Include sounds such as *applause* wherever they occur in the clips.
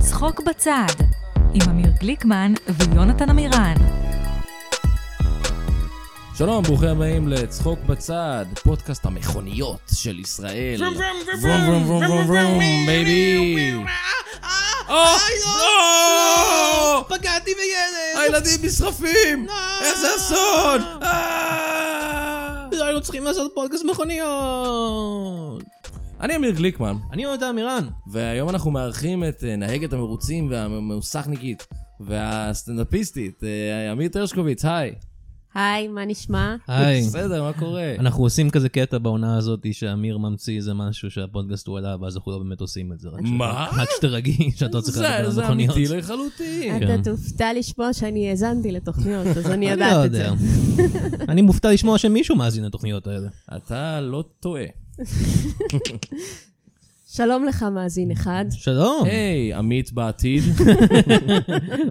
צחוק בצד, עם אמיר גליקמן ויונתן עמירן. שלום, ברוכים הבאים לצחוק בצד, פודקאסט המכוניות של ישראל. Vroom, vroom, vroom, vroom, vroom, vroom, vroom, vroom, בייבי. אה, לא! פגעתי בילד! הילדים נשרפים! לא! איזה אסון! אה! לא היינו צריכים לעשות פודקאסט מכוניות! אני אמיר גליקמן, אני יונתן מירן. והיום אנחנו מארחים את אה, נהגת המרוצים והמוסכניקית והסטנדאפיסטית, אה, עמית הרשקוביץ, היי. היי, מה נשמע? היי. בסדר, מה קורה? אנחנו עושים כזה קטע בעונה הזאת שאמיר ממציא איזה משהו שהפודקאסט הוא עליו, ואז אנחנו לא באמת עושים את זה. רק ש- מה? רק *laughs* שתרגי שאתה לא צריך זה- לדבר על זה מכוניות. אמיתי לא- לחלוטין. כן. אתה תופתע לשמוע שאני האזנתי לתוכניות, אז אני אני *laughs* לא יודעת את זה. יודע. *laughs* אני מופתע לשמוע שמישהו מאזין לתוכניות האלה. אתה לא טועה. שלום לך, מאזין *laughs* אחד. שלום, היי, עמית *laughs* בעתיד.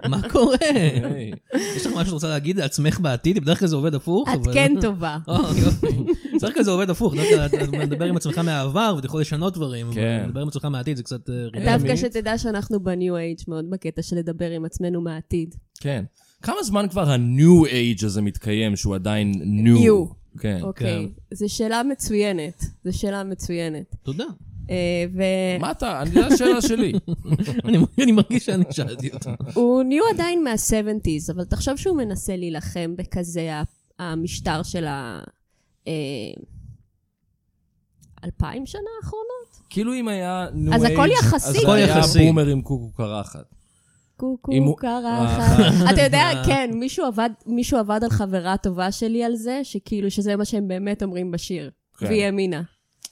מה קורה? היי. יש לך משהו שאת רוצה להגיד לעצמך בעתיד? בדרך כלל זה עובד הפוך. את אבל- כן טובה. אה, יופי. בדרך כלל זה עובד הפוך. בדרך כלל אתה מדבר עם עצמך מהעבר ואתה יכול לשנות דברים. אבל כן. לדבר עם עצמך מהעתיד זה קצת... אה, ריבה. דווקא עמית. שתדע שאנחנו בניו אייג' מאוד בקטע של לדבר עם עצמנו מהעתיד. כן. כמה זמן כבר ה-new age הזה מתקיים, שהוא עדיין new? New. כן. אוקיי. זו שאלה מצוינת. זו שאלה מצוינת. תודה. אה, מה אתה? אני- זו השאלה *laughs* שלי. אני מ- אני מרגיש שאני שאלתי *laughs* אותה. והוא ניו עדיין מה-70's, אבל תחשוב שהוא מנסה להילחם בכזה ה- המשטר של ה... אה, אלפיים שנה האחרונות? כאילו אם היה new age... אז הכל יחסי. אז הכל זה יחסי. היה בומר עם קוקו קרחת. אם קוקו הוא- אה. קרחת. *laughs* אתה יודע, כן, מישהו עבד, מישהו עבד על חברה טובה שלי על זה, שכאילו שזה מה שהם באמת אומרים בשיר. כן. והיא האמינה.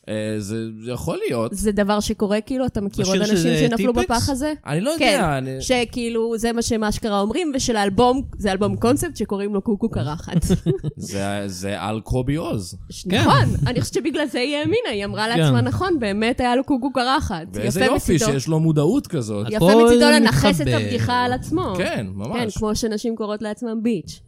אה, זה זה יכול להיות. זה דבר שקורה, כאילו, אתה מכיר עוד בשיר של, אנשים אה, שנפלו טיפקס? בפח הזה? אני לא כן, יודע. אני- שכאילו, זה מה שהם אשכרה אומרים, ושלאלבום, זה אלבום קונספט שקוראים לו קוקו *laughs* קרחת. כן. זה- זה על קובי עוז. כן. נכון, אני חושבת שבגלל זה היא האמינה, היא אמרה לעצמה, כן. נכון, באמת היה לו קוקו קרחת. ואיזה יפה יופי מצידו- שיש לו מודעות כזאת. את- יפה הכל מצידו לנכס את מתחבר. הבדיחה על עצמו. כן, כן, ממש. כמו שנשים קוראות לעצמם ביץ'.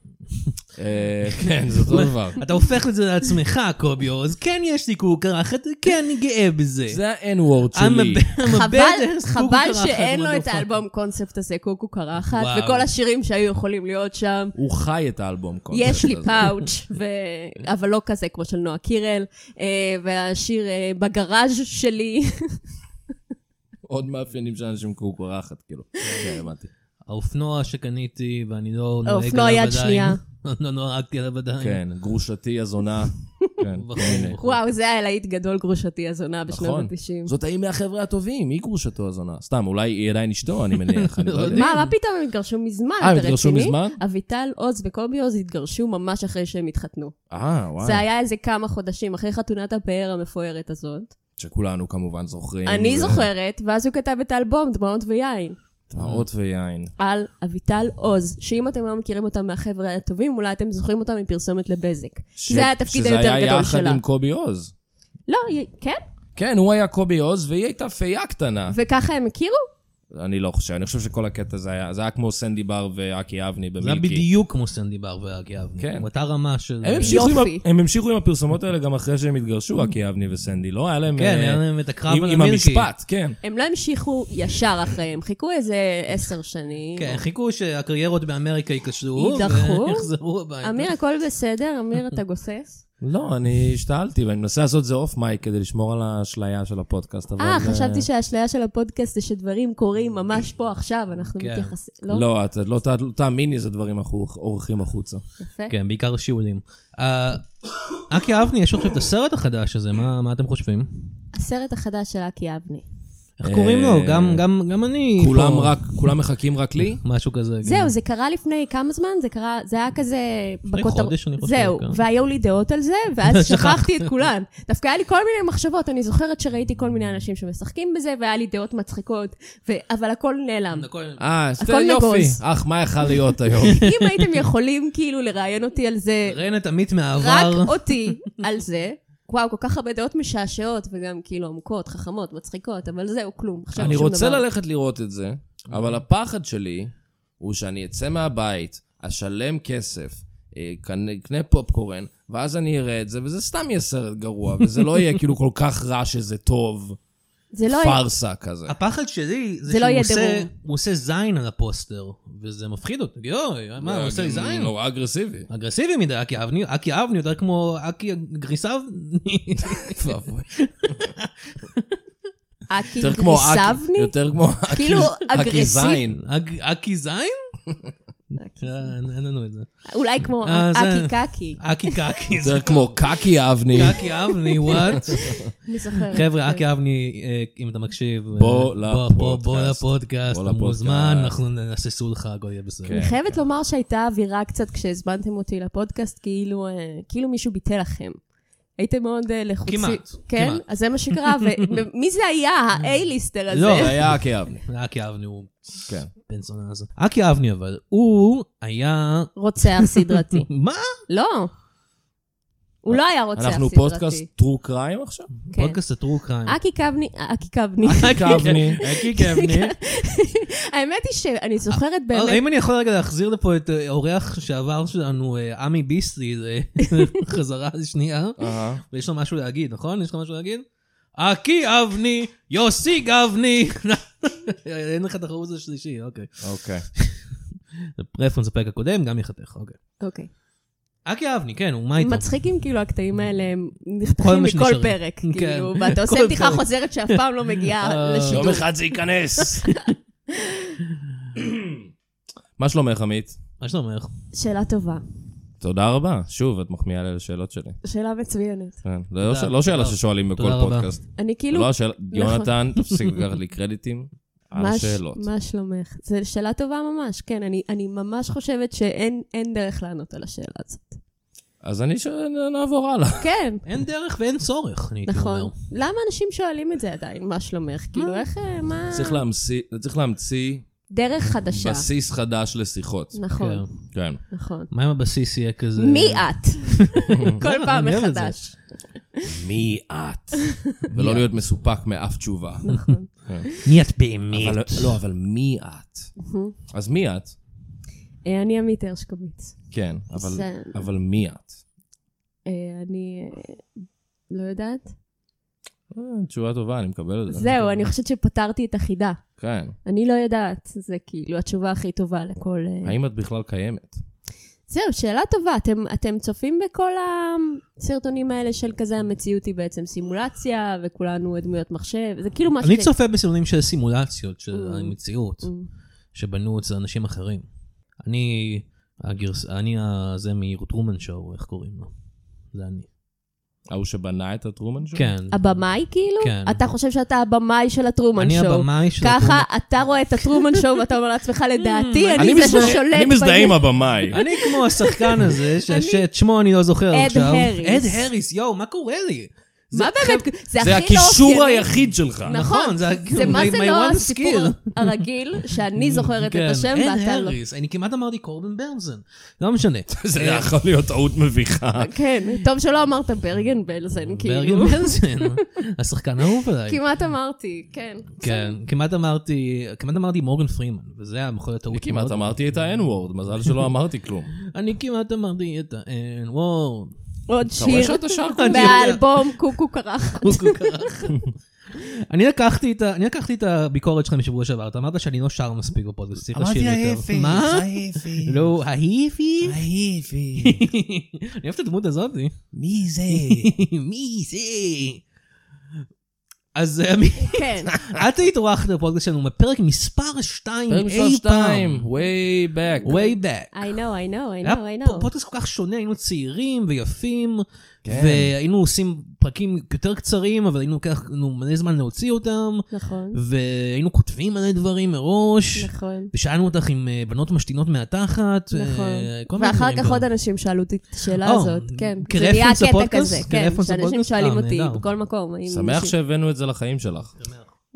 אה, כן, זה *laughs* אותו דבר. אתה הופך את זה לעצמך, קובי עוז. כן יש לי קוקו קרחת, כן, אני גאה בזה. זה ה-N-word שלי. חבל, חבל שאין לו את האלבום קונספט הזה, קוקו קרחת, וואו. וכל השירים שהיו יכולים להיות שם. הוא חי את האלבום קונספט יש לי הזה. *laughs* פאוץ', ו- אבל לא כזה כמו של נועה קירל, אה, והשיר אה, בגראז' *laughs* שלי. עוד מאפיינים של אנשים קוקו קרחת, כאילו. כן, הבנתי. האופנוע שקניתי ואני לא נוהג עליו עדיין. האופנוע יד שנייה. *laughs* לא נוהגתי עליו אה. עדיין. כן, גרושתי הזונה. כן, בחור, הנה. בחור. וואו, זה היה להיט גדול גרושתי הזונה *laughs* בשנות נכון. ה-90. זאת ההיא מהחבר'ה הטובים, היא גרושתו הזונה. סתם, אולי היא עדיין אשתו, *laughs* אני מניח, אני לא יודע. מה, מה פתאום הם התגרשו מזמן? אה, הם אתה התגרשו רציני? מזמן? אביטל עוז וקובי עוז התגרשו ממש אחרי שהם התחתנו. אה, וואי. זה היה איזה כמה חודשים אחרי חתונת הפאר המפוארת הזאת. שכולנו כמובן זוכרים. אני ו- זוכרת, ואז הוא כתב את האלבום דמעות ויין. דמעות ויין. על אביטל עוז, שאם אתם לא מכירים אותה מהחבר'ה הטובים, אולי אתם זוכרים אותה מפרסומת לבזק. ש- זה היה התפקיד שזה היותר היה גדול יחד שלה. עם קובי עוז. לא, היא- כן? כן, הוא היה קובי עוז, והיא הייתה פייה קטנה. וככה הם הכירו? אני לא חושב, אני חושב שכל הקטע זה היה, זה היה כמו סנדי בר ואקי אבני זה היה במילקי. בדיוק כמו סנדי בר ואגי אבני. כן. הוא אותה רמה של... הם המשיכו עם ה- יופי. Mm. הם המשיכו עם הפרסומות האלה גם אחרי שהם התגרשו, אקי אבני וסנדי, לא? היה להם... כן, אה, היה להם את הקרב עם- על עם המילקי. המשפט, כן. הם לא המשיכו ישר אחרי, הם חיכו איזה עשר שנים. כן, חיכו שהקריירות באמריקה ייכשלו, יידחו. ויחזרו הביתה. אמיר, הכל בסדר? אמיר, אתה גוסס? לא, אני השתעלתי, ואני מנסה לעשות את זה אוף מייק כדי לשמור על האשליה של הפודקאסט, אבל... אה, חשבתי שהאשליה של הפודקאסט זה שדברים קורים ממש פה עכשיו, אנחנו כן. מתייחסים... לא, לא את לא ת- לא תאמיני איזה דברים אנחנו עורכים החוצה. יפה. כן, בעיקר שיעולים. אה, אקי אבני, יש עכשיו את הסרט החדש הזה, מה מה אתם חושבים? הסרט החדש של אקי אבני. איך קוראים לו? אה, גם- גם גם אני... כולם פה. רק, כולם מחכים רק לי? משהו כזה. כן. זהו, זה קרה לפני כמה זמן? זה קרה, זה היה כזה... בכותר- חודש, אני חושב, זהו, כן. והיו לי דעות על זה, ואז שכחת. שכחתי את כולן. דווקא היה לי כל מיני מחשבות, אני זוכרת שראיתי כל מיני אנשים שמשחקים בזה, והיה לי דעות מצחיקות, ו- אבל הכל *laughs* נעלם. אה, אז הכל תראה, יופי. נגוז. אך, מה יכול להיות *laughs* היום? אם הייתם יכולים כאילו לראיין אותי על זה, ראיין את עמית רק מהעבר. אותי על זה, וואו, כל כך הרבה דעות משעשעות, וגם כאילו עמוקות, חכמות, מצחיקות, אבל זהו, כלום. עכשיו אני לא, שום רוצה דבר. ללכת לראות את זה, אבל הפחד שלי הוא שאני אצא מהבית, אשלם כסף, אה, קנה- אקנה פופקורן, ואז אני אראה את זה, וזה סתם יהיה סרט גרוע, וזה לא יהיה כאילו כל כך רע שזה טוב. זה לא... פארסה כזה. הפחד שלי זה זה לא שהוא יהיה עושה, דירוג. הוא עושה זין על הפוסטר, וזה מפחיד אותי. תגיד, אוי, לא, מה, הוא עושה זין? נורא אגרסיבי. אגרסיבי מדי, אקי אבני, אקי אבני יותר כמו אקי גריסב. *laughs* אקי יותר כמו גריסבני? אקי, יותר כמו אקי- כאילו אקי אגרסיב. זין. אק- אקי זין? אה, אין לנו את זה. אולי כמו אה, זה- אקי קקי. אקי *laughs* קקי. זה יותר כמו קקי אבני. אקי אבני, וואט? אני זוכרת. חבר'ה, אקי אבני, אה, אם אתה מקשיב, אה, בוא בוא- בוא לפודקאסט. לפודקאסט, בוא אתה מוזמן, לפודקאסט. אנחנו נעשה סולחה, הכל יהיה בסדר. כן. אני חייבת לומר שהייתה אווירה קצת כשהזמנתם אותי לפודקאסט, כאילו, אה, כאילו מישהו ביטל לכם. הייתם מאוד אה, לחוצים. כמעט, כן? כמעט. אז זה מה שקרה, *laughs* ומי זה היה, ה-A-ליסטר הזה? לא, זה היה אקי אבני. אקי אבני הוא כן. בן זונה הזה. אקי אבני אבל, הוא היה... רוצח סדרתי. מה? לא. הוא לא היה רוצח סדרתי. אנחנו פודקאסט טרו קריים עכשיו? כן. פודקאסט הטרו קריים. אקי קבני, אקי קבני. אקי אבני. אקי אבני. אה. האמת היא שאני זוכרת באמת, אם אני יכול רגע להחזיר לפה את אה, האורח שעבר שלנו, אה, עמי ביסלי, זה- חזרה שנייה, אהה. ויש לו משהו להגיד, נכון? יש לך משהו להגיד? אקי אבני, יוסי גבני. *laughs* אין לך את החרוז השלישי, אוקיי. אוקיי. זה רפרנס לפרק הקודם, גם ייחתך, אוקיי. אוקיי. אקי אבני, כן, הוא מה איתו? מצחיק אם כאילו הקטעים האלה הם כל נחתכים מה מכל שנשארים. פרק, כן. כאילו, *laughs* ואתה עושה כל בדיחה פרק. חוזרת שאף פעם לא מגיעה אה, לשידור. יום אחד זה *laughs* ייכנס. *clears throat* מה שלומך, עמית? מה שאתה אומר? שאלה טובה. תודה רבה. שוב, את מחמיאה לי על השאלות שלי. שאלה מצוינת. כן. זה לא ש- לא שאלה ששואלים בכל תודה רבה. פודקאסט. אני כאילו... לא השאלה, יונתן, תפסיק לקחת לי קרדיטים על מה ש- השאלות. מה שלומך? זו שאלה טובה ממש, כן. אני- אני ממש חושבת שאין אין דרך לענות על השאלה הזאת. אז אני ש... נעבור הלאה. כן, אין דרך ואין צורך, אני הייתי אומר. נכון. למה אנשים שואלים את זה עדיין, מה שלומך? כאילו, איך... אה, מה... צריך להמציא- צריך להמציא דרך חדשה. בסיס חדש לשיחות. נכון, כן. כן. נכון. מה אם הבסיס יהיה כזה... כן. מי את? כל פעם אני אוהב את זה. מחדש. מי את? ולא להיות מסופק מאף תשובה. נכון. מי את באמת? אבל- לא, אבל מי את? אז מי את? אה, אני עמית הרשקוביץ. כן, אבל- זה- אבל מי את? אה, אני אה, לא יודעת. אה, תשובה טובה, אני מקבל את זה. זהו, אני חושבת שפתרתי את החידה. כן. אני לא יודעת, זה כאילו התשובה הכי טובה לכל... אה, האם את בכלל קיימת? זהו, שאלה טובה. אתם, אתם צופים בכל הסרטונים האלה של כזה המציאות היא בעצם סימולציה, וכולנו דמויות מחשב, זה כאילו משהו... אני ש- צופה בסימונים של סימולציות, של Mm. המציאות, Mm, שבנו אצל אנשים אחרים. אני, הגרס... אני ה- זה מרוטרומן שואו, איך קוראים לו? זה אני. Mm. ההוא שבנה את הטרומן שלו? כן. הבמאי כאילו? כן. אתה חושב שאתה הבמאי של הטרומן אני שואו. הבמאי של... ככה הטרומן- אתה רואה את הטרומן שואו ואתה אומר *laughs* לעצמך, לדעתי, אני אני זה מזדהה- ששולט אני מזדהה עם בעניין." הבמאי. אני כמו השחקן הזה, ש- שאת שמו אוקיי. *laughs* אני לא זוכר אד עכשיו. הריס. אד הריס, יואו, מה קורה לי? מה באמת? זה הכי זה לא הקישור אופייני. היחיד שלך. נכון, זה זה מה my- זה my לא one הסיפור skill. הרגיל, שאני זוכרת את כן, השם אד ואתה לא. הריס, אני כמעט אמרתי קורבן ברנזן. לא משנה. זה יכול להיות טעות מביכה. כן, טוב שלא אמרת ברגן בלזן, ברגן *laughs* כאילו. ברנזן, השחקן האהוב עליי. כמעט אמרתי, כן. כן, כמעט אמרתי, כמעט אמרתי מורגן פרימן, וזה היה יכול להיות טעות. אני כמעט מאוד. אמרתי את ה-N-word, מזל שלא אמרתי כלום. אני כמעט אמרתי את ה-N וורד. *laughs* עוד אתה רואה שיר שאתה שר כל אני מהאלבום קוקו קרח. *laughs* אני לקחתי את ה- אני לקחתי את הביקורת שלך משבוע שעבר, אתה אמרת שאני לא שר מספיק בפודקאסט, צריך לשיר יותר. מה? היפי. לא, ההיפי? היפי. אני אוהב את הדמות הזאת. מי *laughs* זה? מי זה? אז אה, מי- *laughs* *laughs* כן, את היית אורחת בפודקאסט שלנו בפרק מספר 2 פרק מספר אי שתיים, פעם. way back. way back. I know, I know, I know, היה I פ- know. פודקאסט כל כך שונה, היינו צעירים ויפים, כן. והיינו עושים פרקים יותר קצרים, אבל היינו לוקח לנו מלא זמן להוציא אותם, נכון, והיינו כותבים מלא דברים מראש, נכון. ושאלנו אותך אם אה, בנות משתינות מהתחת, אה, נכון. כל מיני ואחר דברים כך גם. עוד אנשים שאלו אותי את השאלה או, הזאת, כן. זה כרפרנס נהיה הקטע לפודקאסט? כזה, כן, כרפרנס שאנשים לפודקאסט? שואלים אה, אותי נהדר. בכל מקום. האם שמח מישהו- שהבאנו את זה לחיים שלך.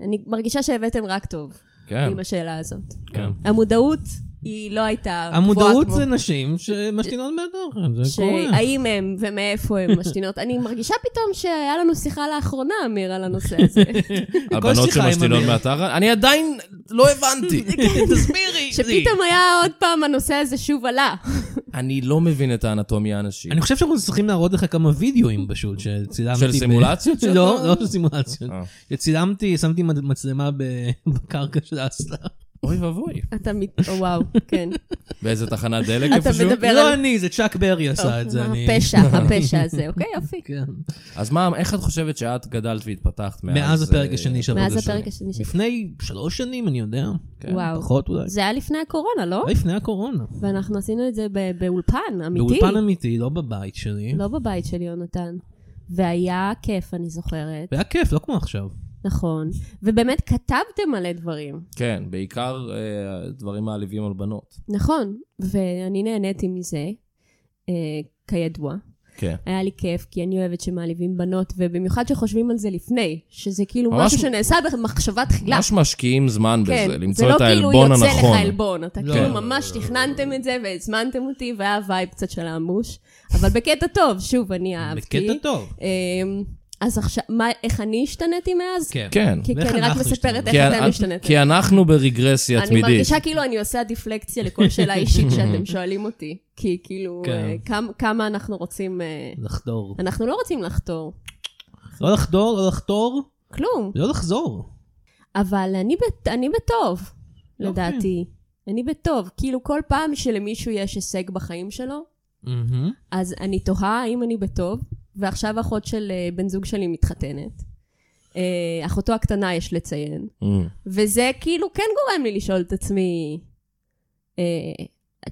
אני מרגישה שהבאתם רק טוב כן, עם השאלה הזאת. *laughs* כן. המודעות היא לא הייתה גבוהה המודעות כמו- זה נשים שמשתינות מהתחת, זה קורה. שהאם הם ומאיפה *laughs* הם משתינות. אני מרגישה פתאום שהיה לנו שיחה לאחרונה, אמיר, על הנושא *laughs* הזה. הבנות שיחה עם שמשתינות אמיר. כן, מהתחת, אני עדיין לא הבנתי. *laughs* תסבירי לי. *laughs* שפתאום היה עוד פעם הנושא הזה שוב עלה. אני לא מבין את האנטומיה האנשית. אני חושב שאנחנו צריכים להראות לך כמה וידאוים פשוט, שצילמתי... של ב- סימולציות שאתה- *laughs* לא, לא של סימולציות. אה. שצילמתי, שמתי מצ- מצלמה ב- בקרקע של האסלה. *laughs* אוי ואבוי. אתה מת... וואו, כן. באיזה תחנת דלק אתה איפשהו? מדבר לא על... אה, אני, זה צ'אק ברי *laughs* עשה את זה. אני- *laughs* הפשע, הפשע הזה, אוקיי, יופי. כן. אז מה, איך את חושבת שאת גדלת והתפתחת מאז... מאז הפרק אה, השני של מאז רודל שלי. הפרק השני של... לפני שלוש שנים, אני יודע. כן. וואו. פחות אולי. זה היה לפני הקורונה, לא? לא לפני הקורונה. ואנחנו עשינו את זה ב- באולפן, אמיתי. באולפן אמיתי, לא בבית שלי. לא בבית של יונתן. והיה כיף, אני זוכרת. והיה כיף, לא כמו עכשיו. נכון. ובאמת כתבתם מלא דברים. כן, בעיקר אה, דברים מעליבים על בנות. נכון. ואני נהניתי מזה, אה, כידוע. כן. היה לי כיף, כי אני אוהבת שמעליבים בנות, ובמיוחד שחושבים על זה לפני, שזה כאילו ממש- משהו שנעשה במחשבה תחילה. ממש משקיעים זמן לא. כן, בזה, זה למצוא לא את כאילו העלבון יוצא הנכון. לך עלבון, אתה לא. כאילו ממש תכננתם את זה והזמנתם אותי, והיה וייב קצת של האמוש, אבל בקטע טוב, שוב, אני אהבתי. בקטע טוב. אמ, אז עכשיו, מה- איך אני השתניתי מאז? כן. כן. כי ואיך כי אני רק אנחנו מספרת השתנינו? איך כי אתם אנ- השתנתם. כי אנחנו ברגרסיה אני תמידית. מרגישה כאילו אני עושה דיפלקציה לכל שאלה אישית *laughs* שאתם שואלים אותי. כי כאילו, כן. אה, כמה- כמה אנחנו רוצים... אה, לחדור. אנחנו לא רוצים לחתור, לא לחדור, לא לחתור, כלום. לא לחזור. אבל אני, בת, אני בטוב, יופי. לדעתי. אני בטוב. כאילו, כל פעם שלמישהו יש הישג בחיים שלו, אז אני תוהה האם אני בטוב, ועכשיו אחות של אה, בן זוג שלי מתחתנת. אה, אחותו הקטנה, יש לציין. Mm. וזה כאילו כן גורם לי לשאול את עצמי, אה,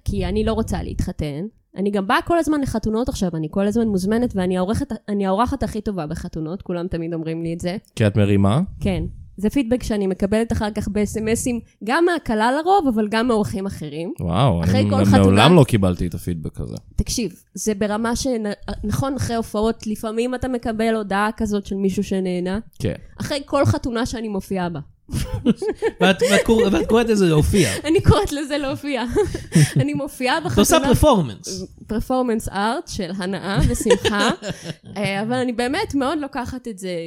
כי אני לא רוצה להתחתן. אני גם באה כל הזמן לחתונות עכשיו, אני כל הזמן מוזמנת, ואני העורכת, אני האורחת הכי טובה בחתונות, כולם תמיד אומרים לי את זה. כי את מרימה? כן. זה פידבק שאני מקבלת אחר כך בסמסים, גם מהקהלה לרוב, אבל גם מאורחים אחרים. וואו, אחרי אני כל מ- חתונה- מעולם לא קיבלתי את הפידבק הזה. תקשיב, זה ברמה שנכון, אחרי הופעות, לפעמים אתה מקבל הודעה כזאת של מישהו שנהנה, כן. אחרי כל חתונה שאני מופיעה בה. *laughs* ואת- ואת קור- ואת קוראת לזה להופיע. אני קוראת לזה להופיע. *laughs* אני מופיעה בחתונה... את עושה פרפורמנס. פרפורמנס ארט של הנאה ושמחה, *laughs* אה, אבל אני באמת מאוד לוקחת את זה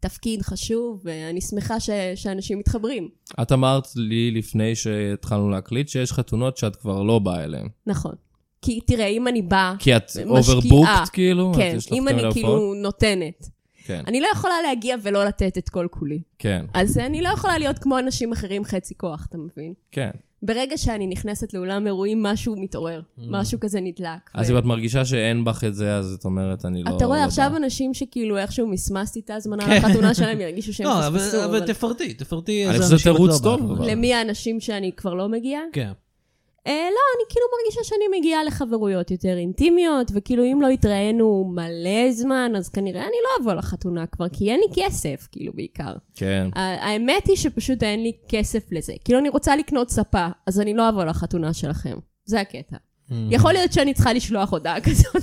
כתפקיד חשוב, ואני שמחה ש- שאנשים מתחברים. את אמרת לי לפני שהתחלנו להקליט שיש חתונות שאת כבר לא באה אליהן. נכון. כי תראה, אם אני באה... כי את משקיעה. אוברבוקט כאילו? כן, את יש לך אם יותר אני מדי הופעות? כאילו נותנת. כן, אני לא יכולה להגיע ולא לתת את כל כולי. כן, אז אני לא יכולה להיות כמו אנשים אחרים חצי כוח, אתה מבין? כן. ברגע שאני נכנסת לאולם אירועים, משהו מתעורר. משהו כזה נדלק. אז ו- אם את מרגישה שאין בך את זה, אז את אומרת, אני לא... כן. אתה לא רואה עכשיו באה. אנשים שכאילו איכשהו מסמסתי את ההזמנה כן. לחתונה שלהם, ירגישו שהם לא, אבל- פספסו, אבל אבל תפרטי, תפרטי. אני איזה חושב שזה אנשים את תירוץ לא טוב, באה. אבל- למי האנשים שאני כבר לא מגיעה? כן. אה, לא, אני כאילו מרגישה שאני מגיעה לחברויות יותר אינטימיות, וכאילו אם לא התראינו מלא זמן, אז כנראה אני לא אבוא לחתונה כבר, כי אין לי כסף, כאילו בעיקר. כן. ה- האמת היא שפשוט אין לי כסף לזה. כאילו אני רוצה לקנות ספה, אז אני לא אבוא לחתונה שלכם. זה הקטע. יכול להיות שאני צריכה לשלוח הודעה כזאת,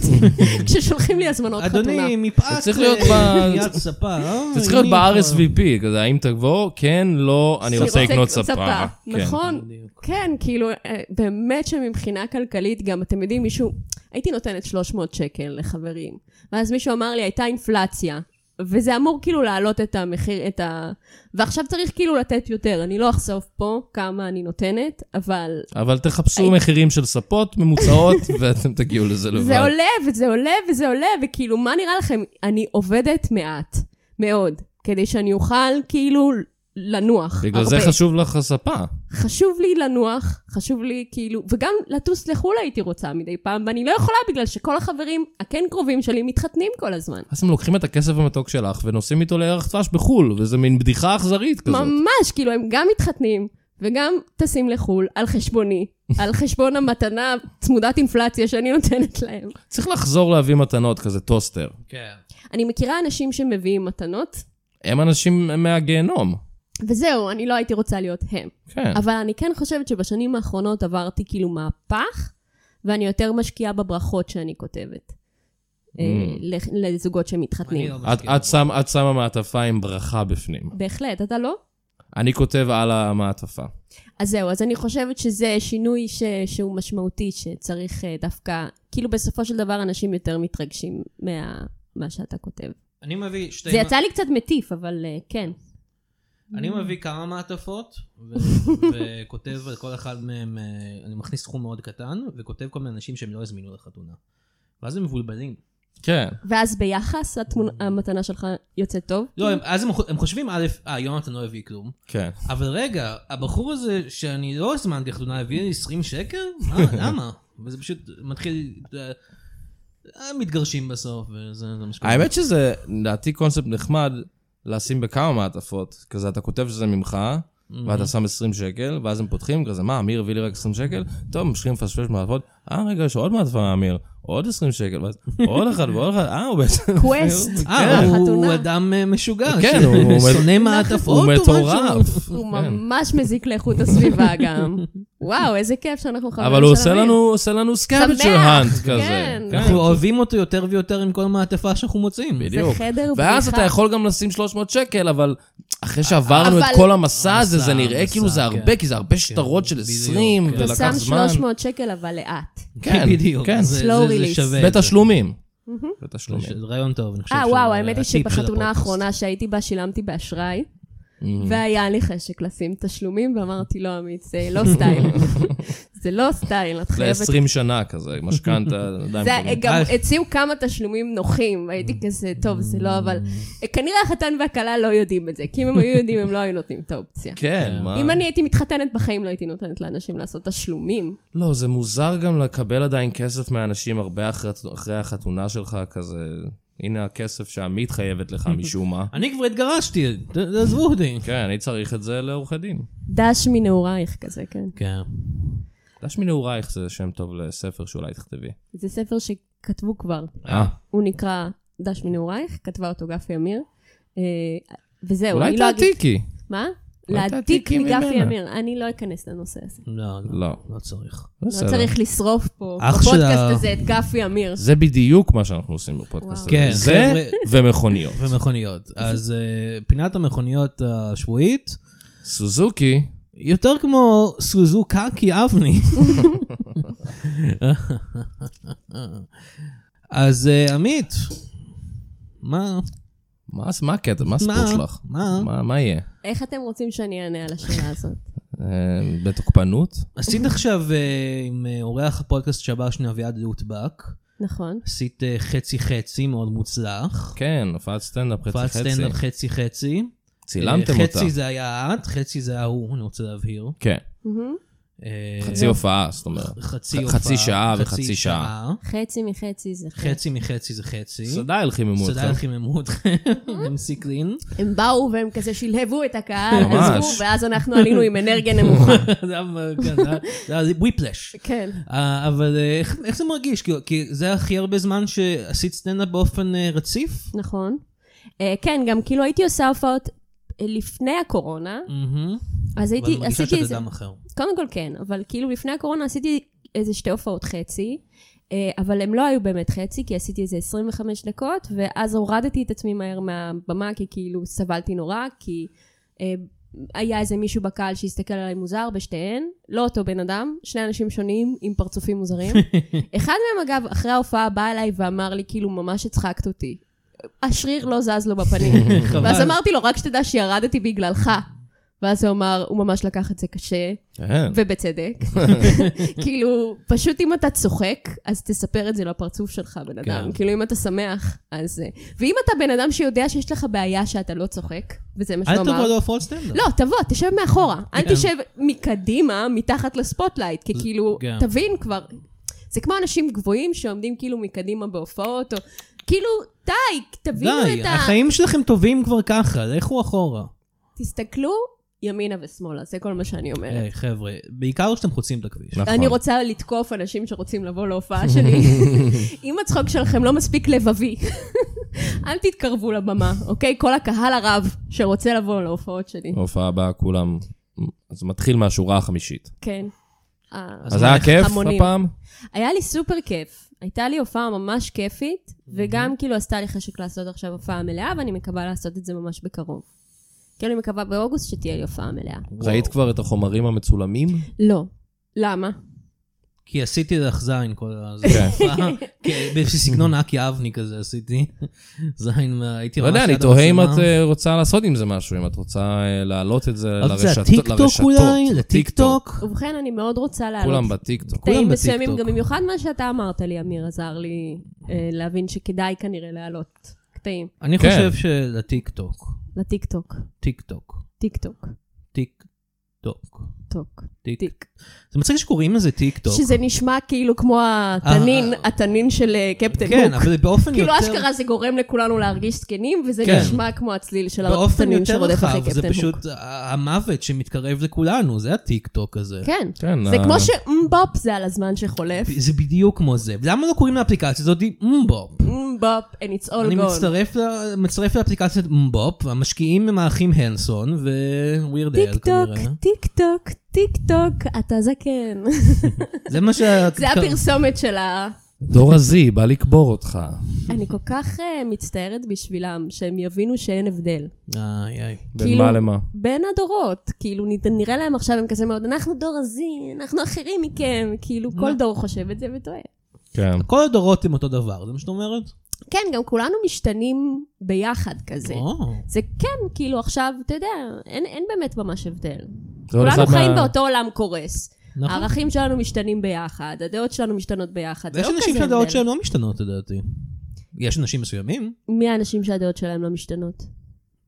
כששולחים לי הזמנות לא, חתונה. אדוני, מפאת... זה צריך להיות אה, ב- קניית ספה. אה, זה צריך להיות אני- ב-RSVP, כזה, האם תבוא? כן, לא, אני רוצה לקנות ספה. כן. נכון, בדיוק. כן, כאילו, אה, באמת שמבחינה כלכלית, גם אתם יודעים, מישהו, הייתי נותנת 300 שקל לחברים, ואז מישהו אמר לי, הייתה אינפלציה, וזה אמור כאילו להעלות את המחיר, את ה... ועכשיו צריך כאילו לתת יותר, אני לא אחשוף פה כמה אני נותנת, אבל כן. אבל תחפשו הייתי- מחירים של ספות ממוצעות, *laughs* ואתם תגיעו לזה לבד. אה, זה עולה וזה עולה וזה עולה, וכאילו, מה נראה לכם? אני עובדת מעט, מאוד, כדי שאני אוכל כאילו לנוח. בגלל זה הרבה. חשוב לך הספה. חשוב לי לנוח, חשוב לי כאילו, וגם לטוס לחו"ל הייתי רוצה מדי פעם, ואני לא יכולה בגלל שכל החברים הכן קרובים שלי מתחתנים כל הזמן. אז הם לוקחים את הכסף המתוק שלך ונוסעים איתו לירח דבש בחו"ל, וזה מין בדיחה אכזרית כזאת. ממש, כאילו, הם גם מתחתנים, וגם טסים לחו"ל על *laughs* חשבוני, על חשבון המתנה צמודת אינפלציה שאני נותנת להם. צריך לחזור להביא מתנות, כזה טוסטר. כן. אני מכירה אנשים שמביאים מתנות, הם אנשים מהגיהנום. וזהו, אני לא הייתי רוצה להיות הם. כן. אבל אני כן חושבת שבשנים האחרונות עברתי כאילו מהפך, ואני יותר משקיעה בברכות שאני כותבת. אה, לח- לזוגות שמתחתנים. אני לא את, מסכים. את, שם, את שמה מעטפה עם ברכה בפנים. בהחלט, אתה לא? אני כותב על המעטפה. אז זהו, אז אני חושבת שזה שינוי ש... שהוא משמעותי, שצריך אה, דווקא, כאילו בסופו של דבר אנשים יותר מתרגשים מה... מה שאתה כותב. אני מביא שתי... זה יצא לי קצת מטיף, אבל אה, כן. אני מביא כמה מעטפות, *laughs* ו- וכותב על כל אחד מהם, אה, אני מכניס סכום מאוד קטן, וכותב כל מיני אנשים שהם לא הזמינו לחתונה. ואז הם מבולבלים. כן. ואז ביחס התמונה- המתנה שלך יוצאת טוב? לא, הם- אז הם חו- הם חושבים, א', אה, יונתן לא הביא כלום. כן. אבל רגע, הבחור הזה שאני לא הזמנתי לחתונה הביא לי 20 שקל? *laughs* מה, למה? וזה פשוט מתחיל... אה, אה, מתגרשים בסוף, וזה זה מה שקורה. האמת שזה, לדעתי, קונספט נחמד לשים בכמה מעטפות. כזה, אתה כותב שזה ממך, ואתה שם 20 שקל, ואז הם פותחים, כזה, מה, אמיר הביא לי רק 20 שקל? טוב, ממשיכים לפשפש מעטפות, אה, רגע, יש עוד מעטפה מאמיר, עוד 20 שקל, ואז עוד אחד ועוד אחד, אה, הוא *laughs* בעצם... קווסט. *laughs* אה, כן. הוא- הוא חתונה. אדם אה, משוגע, כן, הוא- *laughs* הוא ששונא מת- מעטפות. הוא משהו. מטורף. הוא כן. ממש מזיק לאיכות *laughs* הסביבה גם. וואו, איזה כיף שאנחנו חברים של אבל הוא עושה אמיר. לנו, עושה לנו סקאבצ'ר האנט כזה. כן. כן. אנחנו אוהבים אותו יותר ויותר עם כל מעטפה שאנחנו מוצאים. *laughs* בדיוק. זה חדר ואז בדיחה. אתה יכול גם לשים 300 שקל, אבל אחרי שעברנו את אבל- כל המסע הזה, זה המסע, נראה כאילו זה המסע, הרבה, כן. כי זה הרבה שטרות של 20, בדיוק, כן. זה אתה לקח שם זמן. 300 שקל, אבל לאט. כן, בדיוק. כן. זה- זה- Slow זה release. שווה את זה. בתשלומים. זה בתשלומים. רעיון טוב, אני חושב. אה, שזה וואו, האמת היא הטיפ של שבחתונה הפודקאסט. האחרונה שהייתי בה שילמתי באשראי, Mm. והיה לי חשק לשים תשלומים, ואמרתי, לא, עמית, זה לא *laughs* סטייל. זה לא סטייל, את חייבת... ל-20 שנה כזה, משכנתה, *laughs* עדיין זה מקבלים. גם אה. הציעו כמה תשלומים נוחים, והייתי Mm. כזה, טוב, זה לא, אבל... כנראה החתן והכלה לא יודעים את זה, כי אם הם היו יודעים, הם לא היו נותנים את האופציה. כן, מה? אם אני הייתי מתחתנת בחיים, לא הייתי נותנת לאנשים לעשות תשלומים. לא, זה מוזר גם לקבל עדיין כסף מהאנשים הרבה אחרי- אחרי החתונה שלך, כזה... הנה הכסף שעמית חייבת *laughs* לך משום מה. אני כבר התגרשתי, ת- תעזבו אותי. כן, אני צריך את זה לעורכי דין. דש מנעורייך כזה, כן. כן. דש מנעורייך זה שם טוב לספר שאולי תכתבי. זה ספר שכתבו כבר. אה, הוא נקרא דש מנעורייך, כתבה אותו גפי אמיר. אה, וזהו, אולי אני לא אגיד... תעתיקי. מה? אולי להעתיק תעתיקי מגפי ממנה. אמיר. אני לא אכנס לנושא הזה. לא, לא, לא. לא צריך. לא צריך לשרוף פה, אח שלה- בפודקאסט הזה, את גפי אמיר. זה בדיוק מה שאנחנו עושים בפודקאסט הזה. וואו. כן, זה ומכוניות. ומכוניות. אז אה, פינת המכוניות השבועית, סוזוקי, יותר כמו סוזוקקי אבני. אז אה, עמית, מה? מה מה הקטע? מה מה? הסיפור שלך? מה? מה- מה יהיה? איך אתם רוצים שאני אענה על השאלה הזאת? *laughs* אה, בתוקפנות? עשית עכשיו אה, עם אה, אורח הפודקאסט שעבר שני אביעד לוטבק, נכון. עשית אה, חצי חצי מאוד מוצלח. כן, הופעת סטנדאפ חצי הופעת חצי. סטנדאפ חצי חצי. צילמתם אה, אותה. חצי זה היה את, חצי זה היה הוא, אני רוצה להבהיר. כן, מהמם. אה, חצי הופעה, זאת אומרת. חצי ח- הופעה, חצי שעה וחצי שעה. חצי מחצי זה חצי. חצי מחצי זה חצי. סדאי חיממו סודה אותך. חיממו אתכם, *laughs* אמסי קלין. כן. הם באו והם כזה שלהבו את הקהל, ממש. עזבו, ואז אנחנו עלינו עם אנרגיה נמוכה. *laughs* זה היה כן, זה היה- זה היה *laughs* וויפלש. כן. אבל אה, איך- איך זה מרגיש? כאילו, כי זה הכי הרבה זמן שעשית סטנדאפ באופן אה, רציף? נכון. אה, כן, גם כאילו הייתי עושה הופעות אה, לפני הקורונה, מהמם. אז אבל הייתי, מרגישה עשיתי שאת איזה... אדם אחר. קודם כל כן, אבל כאילו לפני הקורונה עשיתי איזה שתי הופעות חצי, אה, אבל הם לא היו באמת חצי, כי עשיתי איזה 25 דקות, ואז הורדתי את עצמי מהר מהבמה, כי כאילו סבלתי נורא, כי אה, היה איזה מישהו בקהל שהסתכל עליי מוזר בשתיהן, לא אותו בן אדם, שני אנשים שונים עם פרצופים מוזרים. אחד מהם אגב, אחרי ההופעה בא אליי ואמר לי כאילו ממש הצחקת אותי. השריר לא זז לו בפנים. חבל. *laughs* ואז אמרתי לו, רק שתדע שירדתי בגללך. ואז הוא אמר, הוא ממש לקח את זה קשה, כן. *laughs* ובצדק. כאילו, פשוט אם אתה צוחק, אז תספר את זה לפרצוף שלך, בן אדם. כן. כאילו, אם אתה שמח, אז... אה, ואם אתה בן אדם שיודע שיש לך בעיה שאתה לא צוחק, וזה מה אל שהוא תבוא אמר... להופעות סטנדאפ. לא, תבוא, תשב מאחורה. אל כן. תשב מקדימה, מתחת לספוטלייט, כי כאילו, כן. תבין כבר. זה כמו אנשים גבוהים שעומדים כאילו מקדימה בהופעות, או... כאילו, די, תבינו די, את ה... החיים שלכם טובים כבר ככה, לכו אחורה. תסתכלו ימינה ושמאלה, זה כל מה שאני אומרת. היי, אה, חבר'ה, בעיקר כשאתם חוצים את הכביש. נכון. אני רוצה לתקוף אנשים שרוצים לבוא להופעה *laughs* שלי. אם הצחוק שלכם לא מספיק לבבי, *laughs* אל תתקרבו לבמה, אוקיי? כל הקהל הרב שרוצה לבוא להופעות שלי. ההופעה הבאה כולם... זה מתחיל מהשורה החמישית. כן. אה, אז היה כיף המונים. הפעם? היה לי סופר כיף. הייתה לי הופעה ממש כיפית, Mhm. וגם כאילו עשתה לי חשק לעשות עכשיו הופעה מלאה, ואני מקווה לעשות את זה ממש בקרוב. כאילו, אני מקווה באוגוסט שתהיה לי הופעה מלאה. אוקיי. ראית כבר את החומרים המצולמים? לא. למה? כי עשיתי לך זין כל ה... כן. *laughs* כן. בסגנון אקי אבני כזה עשיתי. זין, מה- הייתי לא יודע, ממש אני ליד תוהה אם המצלמה. את אה, רוצה לעשות עם זה משהו, אם את רוצה אה, להעלות את זה אז זה לרשתות. הטיקטוק אולי? לטיקטוק? ובכן, אני מאוד רוצה להעלות כולם בטיקטוק. כולם קטעים בטיקטוק. מסוימים, גם במיוחד מה שאתה אמרת לי, אמיר, עזר לי אה, להבין שכדאי כנראה להעלות קטעים אני כן. חושב שלטיקטוק. לטיקטוק. טיקטוק. טיקטוק. טיקטוק. טוק. טיק. טיק. זה מצחיק שקוראים לזה טיקטוק. שזה נשמע כאילו כמו התנין, התנין של אה, קפטן כן, הוק. אבל באופן יותר... כאילו אשכרה זה גורם לכולנו להרגיש זקנים, וזה כן. נשמע כמו הצליל של באופן התנין יותר לא- שרודף אחרי רחב, קפטן הוק. זה פשוט המוות שמתקרב לכולנו, זה הטיקטוק הזה. כן. כן, זה אה, כמו שמבופ זה על הזמן *laughs* שחולף. זה בדיוק כמו זה. למה לא קוראים לאפליקציה הזאת אמ, מבופ? מבופ, and it's all gone. אני מצטרף, ל- מצטרף לאפליקציית מבופ, המשקיעים הם האחים הנסון ווירד אל אה. טיק טוק, כנראה. טיק טוק, טיק טוק, אתה זקן. *laughs* זה מה ש... זה הפרסומת של ה... דור הזי, בא לקבור אותך. אני כל כך אה, מצטערת בשבילם, שהם יבינו שאין הבדל. איי, איי. בין כאילו- מה למה. בין הדורות, כאילו נ- נראה להם עכשיו הם כזה מאוד, אנחנו דור הזין, אנחנו אחרים מכם, כאילו כל דור חושב את זה וטועה. כן. כל הדורות הם אותו דבר, זה מה שאת אומרת? כן, גם כולנו משתנים ביחד כזה. או. זה כן, כאילו עכשיו, אתה יודע, אין, אין באמת ממש הבדל. זה עוד כולנו אחד חיים מה- באותו עולם קורס. נכון. הערכים שלנו משתנים ביחד, הדעות שלנו משתנות ביחד. זה ויש לא אנשים כזה שהדעות הבדל. שלהם לא משתנות לדעתי. יש אנשים מסוימים? מי האנשים שהדעות שלהם לא משתנות?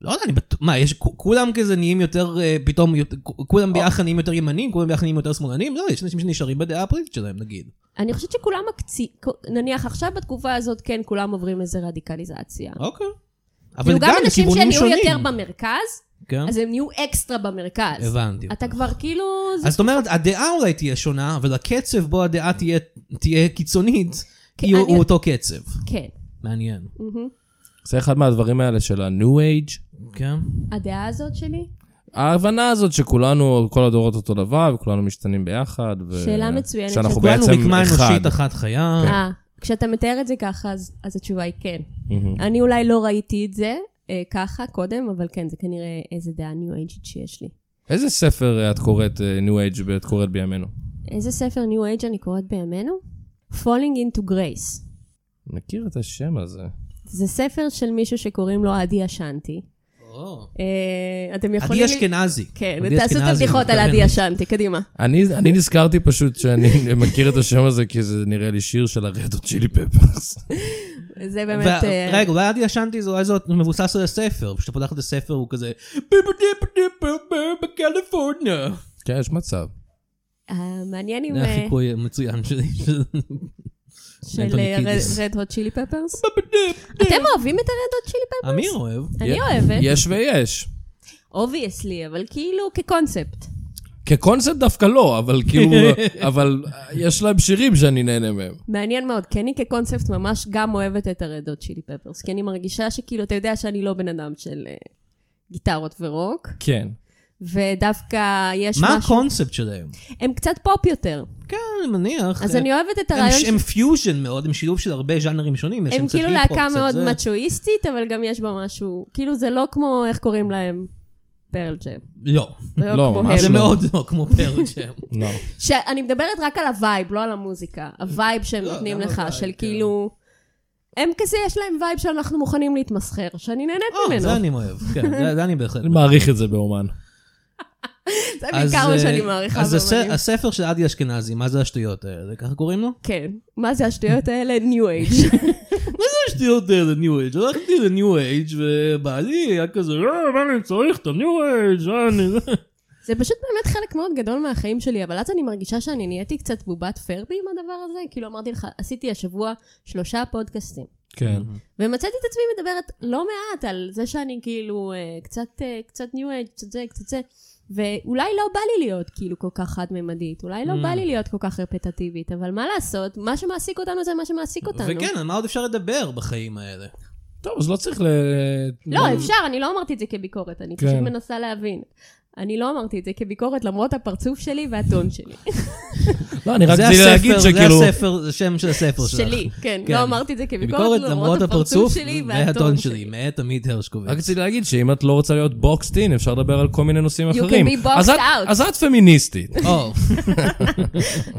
לא יודע, אני בטוח, מה, יש, כ- כולם כזה נהיים יותר, אה, פתאום, יותר- כ- כולם אוקיי. ביחד נהיים יותר ימנים, כולם ביחד נהיים יותר שמאלנים? לא, יש אנשים שנשארים בדעה הפוליטית שלהם, נגיד. אני חושבת שכולם מקצי... נניח עכשיו בתקופה הזאת, כן, כולם עוברים איזה רדיקליזציה. אוקיי. אבל כאילו גם גם אנשים לכיוונים שנהיו שונים. יותר במרכז, כן? אז הם נהיו אקסטרה במרכז. הבנתי. אתה כבר כאילו... זה- אז זאת אומרת, הדעה אולי תהיה שונה, אבל הקצב בו הדעה תהיה- תהיה קיצונית, כן, יהיה- אני- הוא אותו קצב. כן. מעניין. מהמם. זה אחד מהדברים האלה של ה-new age. כן? הדעה הזאת שלי? ההבנה הזאת שכולנו, כל הדורות אותו דבר, וכולנו משתנים ביחד. ו- שאלה מצוינת. שאנחנו כולנו בעצם רקמה אחד. כן. אנושית אחת חיה. אה, כשאתה מתאר את זה ככה, אז אז התשובה היא כן. אני אולי לא ראיתי את זה אה, ככה קודם, אבל כן, זה כנראה איזה דעה ניו אייג'ית שיש לי. איזה ספר אה, את קוראת, אה, new age, ואת קוראת בימינו? איזה ספר ניו אייג' אני קוראת בימינו? Falling into Grace. מכיר את השם הזה. זה ספר של מישהו שקוראים לו עדי אשנתי. או. אה, אתם עדי יכולים... אשכנזי. כן, עדי תעשו את אשכנזי, הבדיחות על כן. עדי אשנתי, קדימה. אני, אני נזכרתי פשוט שאני *laughs* מכיר את השם הזה, כי זה נראה לי שיר של הרדות צ'ילי פפרס. *laughs* זה באמת... אה, ו- רגע, אולי עדי ישנתי זה אולי זה מבוסס על הספר, כשאתה פותח את הספר הוא כזה "ביפ-דיפ-דיפ-ביפ-ביפ, בקליפורניה. כן, יש מצב. אה, מעניין אם... זה אה, החיקוי המצוין שלי. *laughs* של אה, אנטוני קידיס. רד הוט צ'ילי *laughs* פפרס? אתם אוהבים את הרד הוט צ'ילי פפרס? אמיר אוהב. אני י- אוהבת, יש ויש. אובייסלי, אבל כאילו כקונספט. כקונספט דווקא לא, אבל כאילו, *laughs* אבל יש להם שירים שאני נהנה מהם. מעניין מאוד, כי אני כקונספט ממש גם אוהבת את הרד הוט צ'ילי פפרס, כי אני מרגישה שכאילו, אתה יודע שאני לא בן אדם של אה, גיטרות ורוק, כן. ודווקא יש מה משהו... הקונספט שלהם? הם קצת פופ יותר, כן, אני מניח. אז אה, אני אוהבת את הם- הרעיון... הם פיוז'ן מאוד, הם שילוב של הרבה ז'אנרים שונים. יש שם הם קצת כאילו היפ-הופ, להקה קצת מאוד זה. מצ'ואיסטית, אבל גם יש בה משהו, כאילו זה לא כמו, איך קוראים להם? פרל ג'ם. *laughs* לא. לא, זה כמו ממש הם. זה לא. מאוד לא כמו *laughs* פרג'ם. לא. שאני מדברת רק על הווייב, לא על המוזיקה. הווייב שהם לא, נותנים גם לך, הווייב, של כן. כאילו... הם כזה, יש להם וייב שאנחנו מוכנים להתמסחר, שאני נהנית ממנו. אה, זה אני אוהב, כן, זה- זה אני בהחלט. אני מעריך את זה באומן. זה אז, בעיקר מה אה, שאני מעריכה אז הס- באמנים. הספר של עדי אשכנזי, מה זה השטויות האלה? ככה קוראים לו? כן. מה זה השטויות האלה? ניו אייג'. *laughs* השטויות האלה, ניו אייג'. הלכתי לניו אייג' ובעלי היה כזה, לא, מה אני צריך את הניו אייג', אה, אני... זה פשוט באמת חלק מאוד גדול מהחיים שלי, אבל אז אני מרגישה שאני נהייתי קצת בובת פרבי עם הדבר הזה. כאילו אמרתי לך, עשיתי השבוע שלושה פודקאסטים. כן. ומצאתי את עצמי מדברת לא מעט על זה שאני כאילו אה, קצת, אה, קצת ניו אייג', קצת זה, קצת זה, ואולי לא בא לי להיות כאילו כל כך חד-ממדית, אולי לא Mm. בא לי להיות כל כך רפטטיבית, אבל מה לעשות, מה שמעסיק אותנו זה מה שמעסיק אותנו. וכן, על מה עוד אפשר לדבר בחיים האלה? טוב, אז לא צריך ל... לא, אפשר, אני לא אמרתי את זה כביקורת, אני כן. פשוט מנסה להבין. אני לא אמרתי את זה כביקורת, למרות הפרצוף שלי והטון *laughs* שלי. לא, אני רק זה רציתי להגיד הספר, שכאילו... זה הספר, זה שם של הספר שלך. שלי, כן, כן. לא אמרתי את זה כביקורת, למרות הפרצוף שלי והטון שלי. מאת עמית הרשקוביץ. רק רציתי להגיד שאם את לא רוצה להיות בוקסט אין, אפשר לדבר על כל מיני נושאים You can אחרים. be boxed אז את- out. אז את פמיניסטית. או,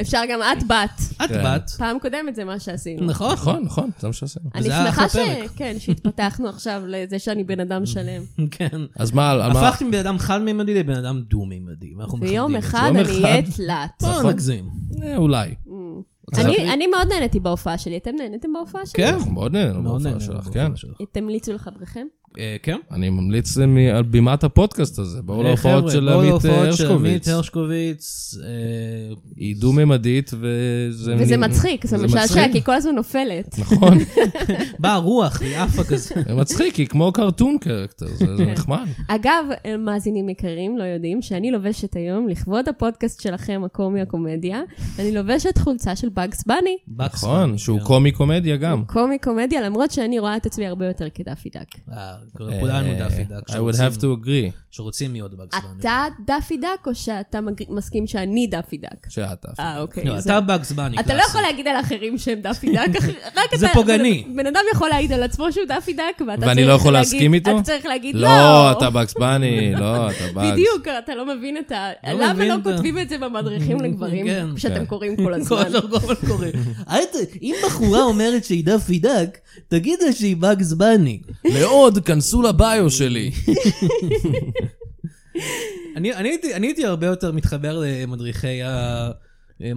אפשר גם את בת. את כן. בת, פעם קודמת זה מה שעשינו. נכון? נכון, נכון, זה מה שעשינו. אני וזה היה שמחה ש... אחלה פרק. כן, שהתפתחנו עכשיו לזה שאני בן אדם שלם. כן. אז מה, על על אה, מה... הפכתי מבן אדם חד-מימדי לבן אדם דו-מימדי, ואנחנו מכבדים את זה. ויום אחד יום אני אהיה אחד. תלת. לא נכון. נגזים. אה, אולי. אני- להקריא? אני מאוד נהניתי בהופעה שלי. אתם נהניתם בהופעה שלי? כן. אנחנו מאוד נהנינו מאוד נכון. בהופעה נהנה שלך, מההופעה כן. שלך. תמליצו לחבריכם? אה, כן. אני ממליץ למי- על בימת הפודקאסט הזה, בואו אה, להופעות חבר'ה, לא של בואו עמית אה, להופעות של הרשקוביץ. עמית הרשקוביץ. אה, היא דו-ממדית, וזה... וזה נ- מצחיק, זה זה משעשע, מצחיק. כי כל הזמן נופלת. נכון, באה רוח, היא *laughs* עפה כזה. זה מצחיק, היא כמו קרטון קרקטר, זה *laughs* זה נחמד. אגב, מאזינים יקרים לא יודעים שאני לובשת היום, לכבוד הפודקאסט שלכם, הקומי הקומדיה, אני לובשת חולצה של באגס בני. בקס נכון, פאנק, שהוא כן. קומי קומדיה גם. קומי קומדיה, למרות שאני רואה את עצמי הרבה יותר כדאפי דק. אה, כולנו אה, דאפי דאק. I would have to agree, שרוצים להיות בקס בני. אתה דאפי דק או שאתה מג- מסכים שאני דאפי דק? שאת אף. אה, אוקיי. לא, זה- אתה בקס בני. אתה לא קלאסי. יכול להגיד על אחרים שהם דאפי דק, אח- רק אתה... זה פוגעני. בן- בן אדם יכול להעיד על עצמו שהוא דאפי דק, ואתה צריך להגיד... ואני לא יכול להסכים איתו? אתה צריך להגיד לא. לא, אתה בקס בני, לא, אתה בקס. בדיוק, אתה לא מבין את ה... לא למה מבין לא את ה- כותבים את זה במדריכים כן. לגברים, שאתם כן. *laughs* קוראים כל הזמן? כל הזמן קורה. היית- אם בחורה אומרת שהיא דאפי דאק, תגיד לה שהיא בגס בני. לעוד, כנסו לביו שלי. אני אני הייתי- אני הייתי הרבה יותר מתחבר למדריכי ה-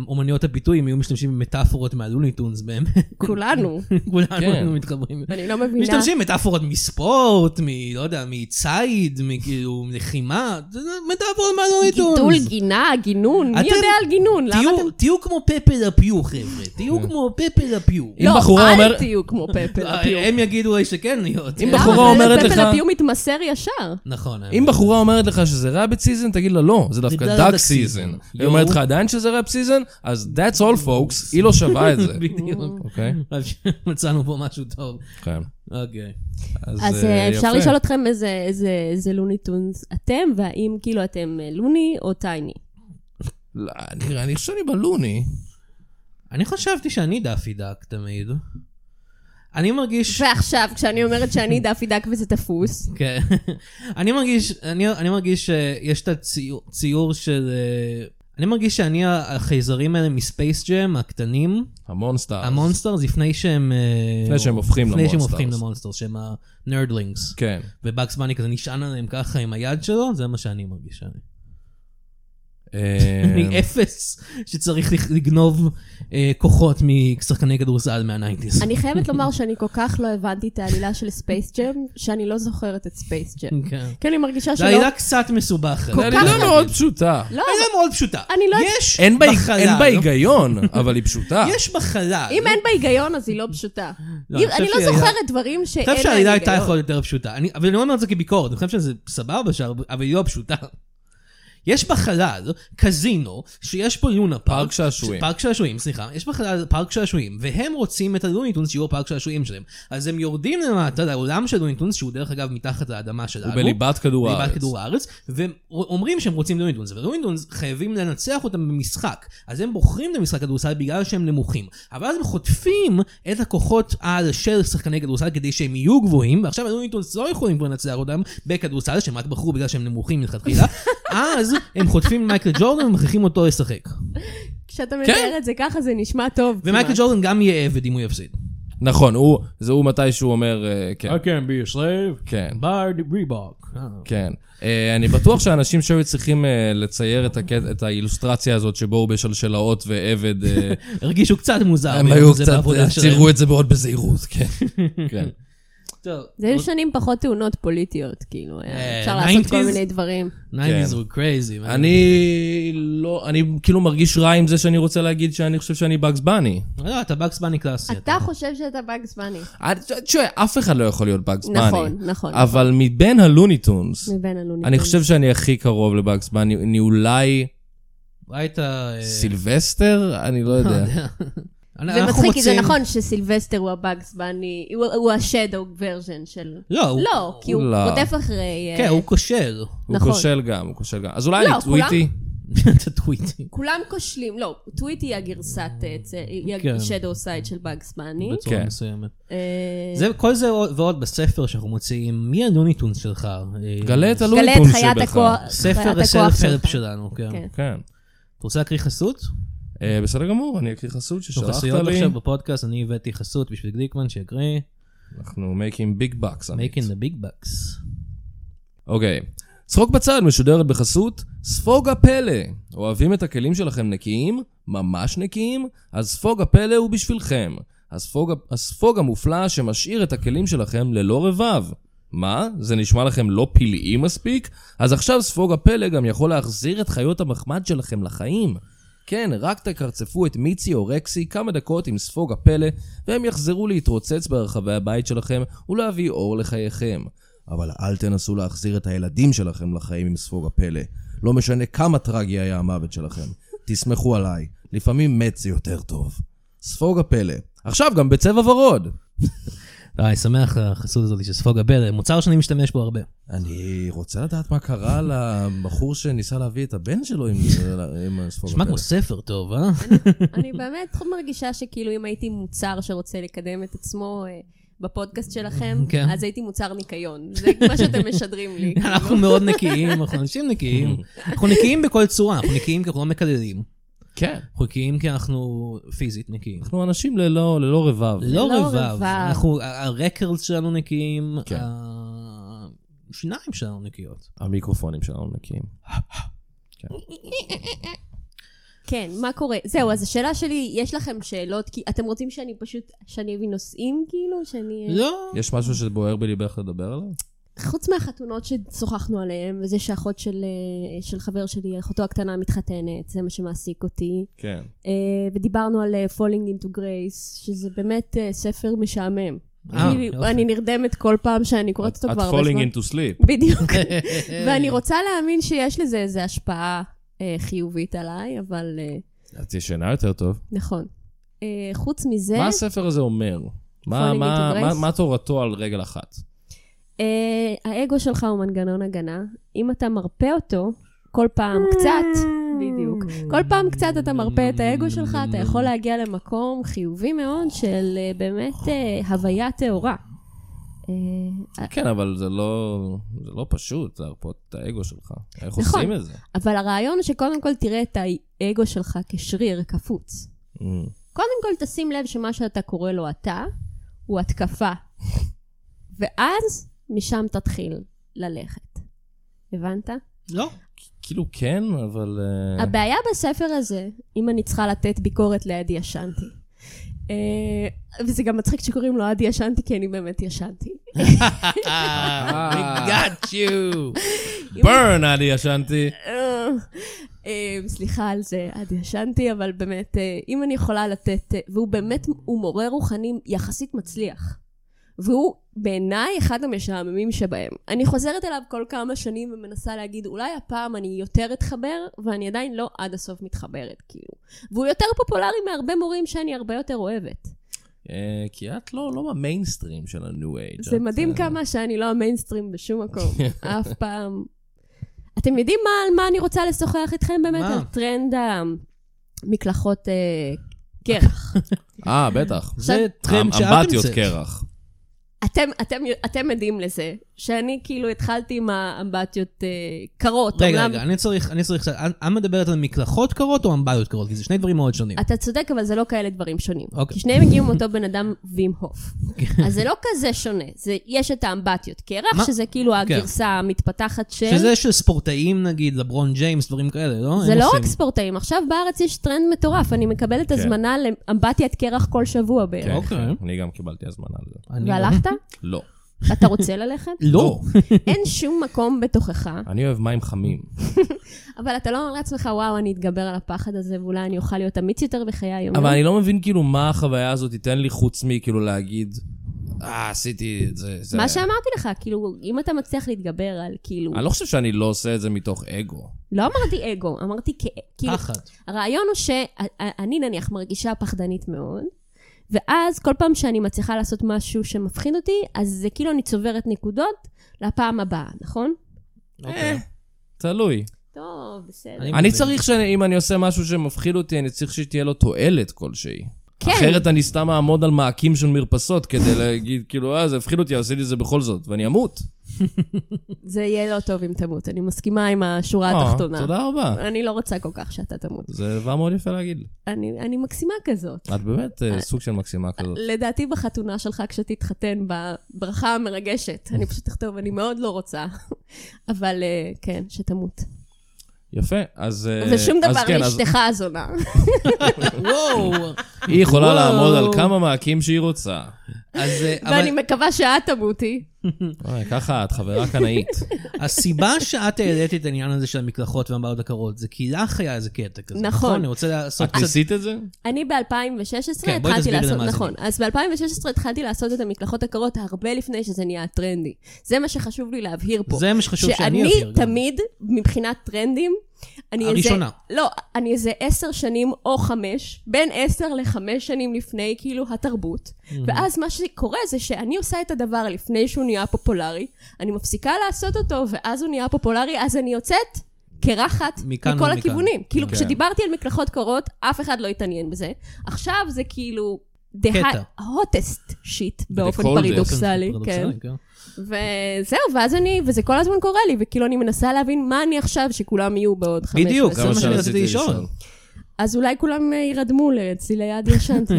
אומנויות הפיתוי, אם היו משתמשים במטאפורות מהלוני טונס באמת. *laughs* כולנו. כולנו כן. היינו מתחברים. אני לא מבינה. משתמשים במטאפורות מספורט, מ... לא יודע, מציד, מכאילו, מלחימה, זה- זה מטאפורות מהלוני טונס. גידול, גינה, גינון, מי אתם- יודע על גינון? למה תהיו- אתם... תהיו כמו פפה לפיו, חבר'ה. תהיו כמו פפה לפיו. אם בחורה לא, אל אומר- אה, *laughs* תהיו כמו פפר הפיו. הם יגידו אי שכן להיות. אם בחורה אומרת לך- פפר הפיו מתמסר ישר. נכון. האמת. אם בחורה אומרת לך שזה רביט סיזן, תגיד לה לא, זה דווקא זה דאק דאק סיזן. season. היא אומרת לך יואו. עדיין שזה רב סיזן, אז that's all folks, היא לא שווה את זה. *laughs* בדיוק. אוקיי? אז מצאנו פה משהו טוב. *laughs* כן. אוקיי. אז אה, אה, אפשר יפה. לשאול אתכם איזה- איזה איזה לוני טונס אתם, והאם כאילו אתם אה, לוני או טייני. לא, נראה, אני חושב שאני בלוני. אני חשבתי שאני דאפי דאק תמיד. אני מרגיש... ועכשיו, כשאני אומרת *laughs* שאני דאפי דק וזה תפוס, כן. *laughs* אני מרגיש, אני, אני מרגיש שיש את הציור ציור של... אה, אני מרגיש שאני החייזרים האלה מספייס ג'ם, הקטנים, המונסטארס. המונסטרס, לפני שהם... אה, לפני שהם הופכים לפני שהם למונסטרס. הופכים למונסטרס, שהם *laughs* הנרדלינגס. כן. ובאקס בני כזה נשען עליהם ככה עם היד שלו, זה מה שאני מרגיש. שאני. אני אה, אפס שצריך לג- לגנוב אה, כוחות משחקני כדורסל מהניינטיז. אני חייבת לומר שאני כל כך לא הבנתי את העלילה של ספייס ג'ם, שאני לא זוכרת את ספייס *laughs* ג'ם. כן. כי אני מרגישה זו שלא... עלילה קצת מסובכת. כל זה כך עלילה לא- מאוד פשוטה. לא, עלילה מאוד פשוטה. אני לא- יש אין בה- בחלל. אין בה היגיון, אבל היא פשוטה. יש בחלל. אם אין בה היגיון, אז היא לא פשוטה. לא, אני חושב אני לא שהיא- זוכרת דברים שאין אני חושב להם שהעלילה הייתה היגיון. יכולה להיות יותר פשוטה. אני- אבל אני לא אומר את זה כביקורת, אני חושב שזה סבבה, שהר- אבל היא לא פשוטה. יש בחלל קזינו שיש בו לונה פארק. פארק שעשועים. ש- פארק שעשועים, סליחה. יש בחלל פארק שעשועים, והם רוצים את הלוניטונס שיהיו הפארק שעשועים שלהם. אז הם יורדים למטה לעולם של לוניטונס, שהוא דרך אגב מתחת לאדמה שלנו. הוא בליבת כדור ליבת הארץ. כדור הארץ, והם אומרים שהם רוצים לוינדונס, ולוינדונס חייבים לנצח אותם במשחק, אז הם בוחרים את המשחק כדורסל בגלל שהם נמוכים, אבל אז הם חוטפים את הכוחות על של שחקני כדורסל כדי שהם יהיו גבוהים, ועכשיו הלוינדונס לא יכולים כבר לנצח אותם בכדורסל, שהם רק בחרו בגלל שהם *laughs* נמוכים מלכתחילה, אז הם חוטפים מייקל ג'ורדן ומכריחים אותו לשחק. כשאתה כן. מתאר את זה ככה, זה נשמע טוב. ומייקל כמעט. ג'ורדן גם יהיה עבד אם הוא יפסיד. נכון, הוא- זה הוא מתי שהוא אומר, אה, כן. can be a slave כן. by the Reebok. כן. אה, אני בטוח שאנשים שהיו צריכים אה, לצייר את הקט- את האילוסטרציה הזאת שבו הוא בשלשלאות ועבד, אה, הרגישו קצת מוזר. *laughs* הם ביום היו הזה קצת, בעבודה אה, שלהם. ציירו את זה מאוד בזהירות, כן. *laughs* כן. טוב, זה היו שנים פחות תאונות פוליטיות, כאילו, היה אה, אפשר לעשות כל 90s? מיני דברים. 90's כן. were crazy. man. אני לא, אני כאילו מרגיש רע עם זה שאני רוצה להגיד שאני חושב שאני בגס בני. לא, אתה בקס בני קלאסי. אתה חושב שאתה באגס בני. אני- אה, תשמע, אף אחד לא יכול להיות בגס בני. נכון, נכון. אבל מבין הלוניטונס, מבין הלוניטון. אני חושב שאני הכי קרוב לבגס בני, אני אולי היית... אה, סילבסטר? אני לא יודע. זה אנחנו מצחיק, כי זה רוצים- נכון שסילבסטר הוא הבאגס בני, הוא- הוא השדו ורז'ן של... לא, הוא- לא, כי הוא לא. רודף אחרי... אה, כן, הוא כושל. *laughs* הוא נכון. כושל גם, הוא כושל גם. אז אולי לא, אני כולם- טוויטי? את הטוויטים. כולם כושלים, לא, טוויט היא הגרסת, אה, צ- היא כן. השדו סייד של באגס בני. בצורה כן. מסוימת. אה, זה, כל זה עוד- ועוד בספר שאנחנו מוציאים, מי הנוניטונס שלך? אה, גלה את גלה הלוניטון את שבך. חיית הכוח חיית ספר הכוח הסלף הלפ שלך. שלנו, כן. כן. כן. אתה רוצה להקריא חסות? אה, בסדר גמור, אני אקריא חסות יש לו ששלחת חסויות לי. עכשיו בפודקאסט, אני הבאתי חסות בשביל גליקמן שיקריא, אנחנו making big bucks. עמית. making the big bucks. אוקיי. צחוק בצד משודרת בחסות ספוגה פלא. אוהבים את הכלים שלכם נקיים? ממש נקיים? אז ספוגה פלא הוא בשבילכם. הספוג, הספוג המופלא שמשאיר את הכלים שלכם ללא רבב. מה? זה נשמע לכם לא פלאי מספיק? אז עכשיו ספוג הפלא גם יכול להחזיר את חיות המחמד שלכם לחיים. כן, רק תקרצפו את מיצי או רקסי כמה דקות עם ספוג הפלא, והם יחזרו להתרוצץ ברחבי הבית שלכם ולהביא אור לחייכם. אבל אל תנסו להחזיר את הילדים שלכם לחיים עם ספוג הפלא. לא משנה כמה טרגי היה המוות שלכם. תסמכו עליי, לפעמים מת זה יותר טוב. ספוג הפלא. עכשיו גם בצבע ורוד. אה, אני שמח החסות הזאת של ספוג הברר, מוצר שאני משתמש בו הרבה. אני רוצה לדעת מה קרה לבחור שניסה להביא את הבן שלו עם, עם ספוג נשמע הפלא. כמו ספר טוב, אה? אני באמת מרגישה שכאילו אם הייתי מוצר שרוצה לקדם את עצמו אה, בפודקאסט שלכם, כן. אז הייתי מוצר ניקיון. זה מה שאתם משדרים לי. *laughs* כאילו. אנחנו מאוד נקיים, אנחנו אנשים *laughs* נקיים. אנחנו נקיים בכל צורה, אנחנו נקיים כי אנחנו לא מקללים. כן. אנחנו נקיים כי אנחנו פיזית נקיים. אנחנו אנשים ללא, ללא רבב. לא לא רבב, רבב. אנחנו, הרקרדס שלנו נקיים, כן. השיניים שלנו נקיות. המיקרופונים שלנו נקיים. כן, מה קורה? זהו, אז השאלה שלי, יש לכם שאלות? כי אתם רוצים שאני פשוט, שאני אביא נושאים כאילו? שאני... לא. יש משהו שבוער בליבך לדבר עליו? חוץ מהחתונות ששוחחנו עליהן, וזה שאחות של, אה, של חבר שלי, אחותו הקטנה מתחתנת, זה מה שמעסיק אותי. כן. אה, ודיברנו על אה, Falling into Grace, שזה באמת אה, ספר משעמם. אה, אני- יופי. אני נרדמת כל פעם שאני קוראת אותו את כבר הרבה falling זמן. into sleep. *laughs* בדיוק. ואני רוצה להאמין שיש לזה איזו השפעה אה, חיובית עליי, אבל אה, את ישנה יותר טוב. נכון. אה, חוץ מזה, מה הספר הזה אומר? מה, Falling מה, into Grace? מה, מה תורתו על רגל אחת? אה, האגו שלך הוא מנגנון הגנה. אם אתה מרפה אותו, כל פעם קצת, בדיוק, כל פעם קצת אתה מרפה את האגו שלך, אתה יכול להגיע למקום חיובי מאוד של אה, באמת אה, הוויה טהורה. אה, כן, אבל זה לא, זה לא פשוט להרפות את האגו שלך. איך נכון. עושים את זה? אבל הרעיון הוא שקודם כל תראה את האגו שלך כשריר קפוץ. Mm. אמ, קודם כל תשים לב שמה שאתה קורא לו אתה, הוא התקפה. *laughs* ואז משם תתחיל ללכת. הבנת? *laughs* לא. כאילו כן, אבל... אה, הבעיה בספר הזה, אם אני צריכה לתת ביקורת לעדי ישנתי. אה, וזה גם מצחיק שקוראים לו עדי ישנתי, כי אני באמת ישנתי. אה, אה. *laughs* I got *laughs* you. burn, אני ישנתי. אה, אה, סליחה על זה, עד ישנתי, אבל באמת, אה, אם אני יכולה לתת, אה, והוא באמת, הוא מורה רוחני יחסית מצליח. והוא בעיניי אחד המשעממים שבהם. אני חוזרת אליו כל כמה שנים ומנסה להגיד, אולי הפעם אני יותר אתחבר, ואני עדיין לא עד הסוף מתחברת, כאילו. והוא יותר פופולרי מהרבה מורים שאני הרבה יותר אוהבת. אה, כי את לא, לא במיינסטרים של ה-new age. זה את, מדהים אה, כמה שאני לא המיינסטרים בשום *laughs* מקום, אף פעם. אתם יודעים מה, על מה אני רוצה לשוחח איתכם באמת? מה? על טרנד המקלחות אה, *laughs* קרח. אה, בטח. זה טרם שאת אמ- אמבטיות המצאת. קרח. אתם, אתם, אתם עדים לזה, שאני כאילו התחלתי עם האמבטיות אה, קרות. רגע, אומנם- רגע, אני צריך, אני צריך קצת, את- את מדברת על מקלחות קרות או אמבטיות קרות? כי זה שני דברים מאוד שונים. אתה צודק, אבל זה לא כאלה דברים שונים. אוקיי. כן. כי שניהם הגיעו מאותו בן אדם וים *laughs* הוף. אז זה לא כזה שונה. זה, יש את האמבטיות מה? קרח, שזה כאילו כן. הגרסה המתפתחת של... שזה של ספורטאים נגיד, לברון ג'יימס, דברים כאלה, לא? זה הם לא עושים. רק ספורטאים, עכשיו בארץ יש טרנד מטורף, אני מקבלת הזמנה לאמבטיית קרח כל שבוע בערך. כן, אוקיי. כן, אני גם קיבלתי הזמנה על זה. אני- *laughs* והלכת? לא. אתה רוצה ללכת? לא. אין שום מקום בתוכך, אני אוהב מים חמים. אוקיי. אבל אתה לא אומר לעצמך, וואו, אני אתגבר על הפחד הזה, ואולי אני אוכל להיות אמיץ יותר בחיי היום. אבל אני לא מבין כאילו מה החוויה הזאת תיתן לי חוץ מכאילו כאילו, להגיד, אה, עשיתי את זה. זה- מה שאמרתי לך, כאילו, אם אתה מצליח להתגבר על, כאילו... אני לא חושב שאני לא עושה את זה מתוך אגו. לא אמרתי אגו, אמרתי כ- כאילו... פחד. הרעיון הוא שאני נניח מרגישה פחדנית מאוד, ואז כל פעם שאני מצליחה לעשות משהו שמפחיד אותי, אז זה כאילו אני צוברת נקודות לפעם הבאה, נכון? אוקיי. תלוי. טוב, בסדר. אני- אני צריך שאם אני עושה משהו שמפחיד אותי, אני צריך שתהיה לו תועלת כלשהי. כן. אחרת אני סתם אעמוד על מעקים של מרפסות כדי להגיד, כאילו, אה, זה הפחיד אותי, עשיתי את זה בכל זאת, ואני אמות. זה יהיה לא טוב אם תמות, אני מסכימה עם השורה אה, התחתונה. תודה רבה. אני לא רוצה כל כך שאתה תמות. זה דבר מאוד יפה להגיד. אני, אני מקסימה כזאת. את באמת אה, סוג של מקסימה כזאת. לדעתי בחתונה שלך כשתתחתן בברכה המרגשת, אני פשוט אכתוב, אני מאוד לא רוצה, *laughs* אבל אה, כן, שתמות. יפה, אז... אה, ושום אז דבר לא כן, אז לאשתך הזונה. וואו. היא יכולה וואו. לעמוד על כמה מעקים שהיא רוצה. אז אה, אבל ואני מקווה שאת תמותי. וואי, ככה את, חברה *laughs* קנאית. *laughs* הסיבה שאת העלית את העניין הזה של המקלחות והמבעיות הקרות, זה כי לך היה איזה קטע כזה. נכון. אני רוצה לעשות את קצת... ניסית את זה? אני ב-2016 כן, בואי התחלתי תסבירי לעשות, למאזינים. נכון, אז ב-2016 התחלתי לעשות את המקלחות הקרות הרבה לפני שזה נהיה טרנדי. זה מה שחשוב לי להבהיר פה. זה מה שחשוב שאני שאני אבהיר גם. תמיד, מבחינת טרנדים, אני הראשונה. איזה, לא, אני איזה עשר שנים או חמש, בין עשר לחמש שנים לפני, כאילו, התרבות. ואז מה שקורה זה שאני עושה את הדבר לפני שהוא נהיה פופולרי, אני מפסיקה לעשות אותו, ואז הוא נהיה פופולרי, אז אני יוצאת קרחת מכאן מכל ומכאן. הכיוונים. כאילו, כן. כשדיברתי על מקלחות קרות, אף אחד לא התעניין בזה. עכשיו זה כאילו... The קטע. hottest shit באופן coldest. פרדוקסלי, כן. וזהו, ואז אני, וזה כל הזמן קורה לי, וכאילו אני מנסה להבין מה אני עכשיו שכולם יהיו בעוד חמש בדיוק, ועשרים. זה גם- מה כמה שאני שרציתי רציתי לשאול. אז אולי כולם אה, יירדמו אצלי ליד ישנתם.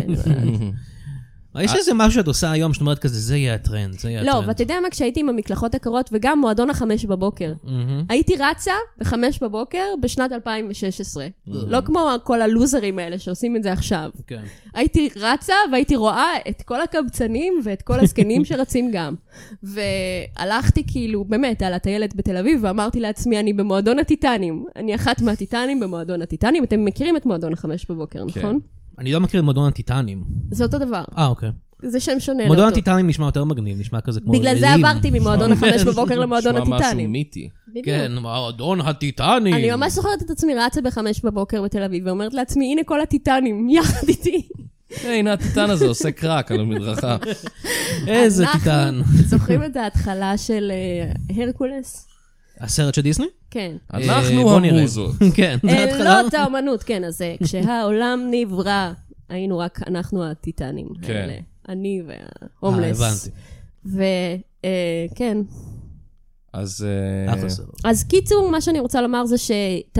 יש איזה משהו שאת עושה היום שאת אומרת כזה, זה יהיה הטרנד, זה יהיה לא, הטרנד. ואתה יודע מה, כשהייתי עם המקלחות הקרות, וגם מועדון החמש בבוקר. מהמם. הייתי רצה בחמש בבוקר בשנת 2016. לא כמו כל הלוזרים האלה שעושים את זה עכשיו. כן. הייתי רצה והייתי רואה את כל הקבצנים ואת כל *laughs* הזקנים שרצים גם. והלכתי כאילו, באמת, על הטיילת בתל אביב, ואמרתי לעצמי, אני במועדון הטיטנים. אני אחת מהטיטנים במועדון הטיטנים. אתם מכירים את מועדון החמש בבוקר, כן. נכון? אני לא מכיר את מועדון הטיטנים. זה אותו דבר. אה, אוקיי. זה שם שונה. לאותו. מועדון הטיטנים נשמע יותר מגניב, נשמע כזה כמו... בגלל זה אלים. עברתי ממועדון החמש בבוקר למועדון נשמע משהו הטיטנים. מיתי. בדיוק. כן, מועדון הטיטנים. אני ממש זוכרת את עצמי רצה בחמש בבוקר בתל אביב, ואומרת לעצמי, הנה כל הטיטנים, יחד איתי. אה, הנה הטיטן הזה עושה קרק על *laughs* המדרכה. אה, איזה אנחנו- טיטן. זוכרים את ההתחלה של אה, הרקולס? הסרט של דיסני? כן. אה, אנחנו בוא נראה. המוזות. *laughs* כן, אה, זה התחלה. עלילות האומנות, כן, אז אה, כשהעולם נברא, היינו רק אנחנו הטיטנים. כן. האלה. אני אה, וההומלס. הבנתי. וכן. אז... אה, אחלה סרט. אה, כן. אז קיצור, מה שאני רוצה לומר זה ש... ת-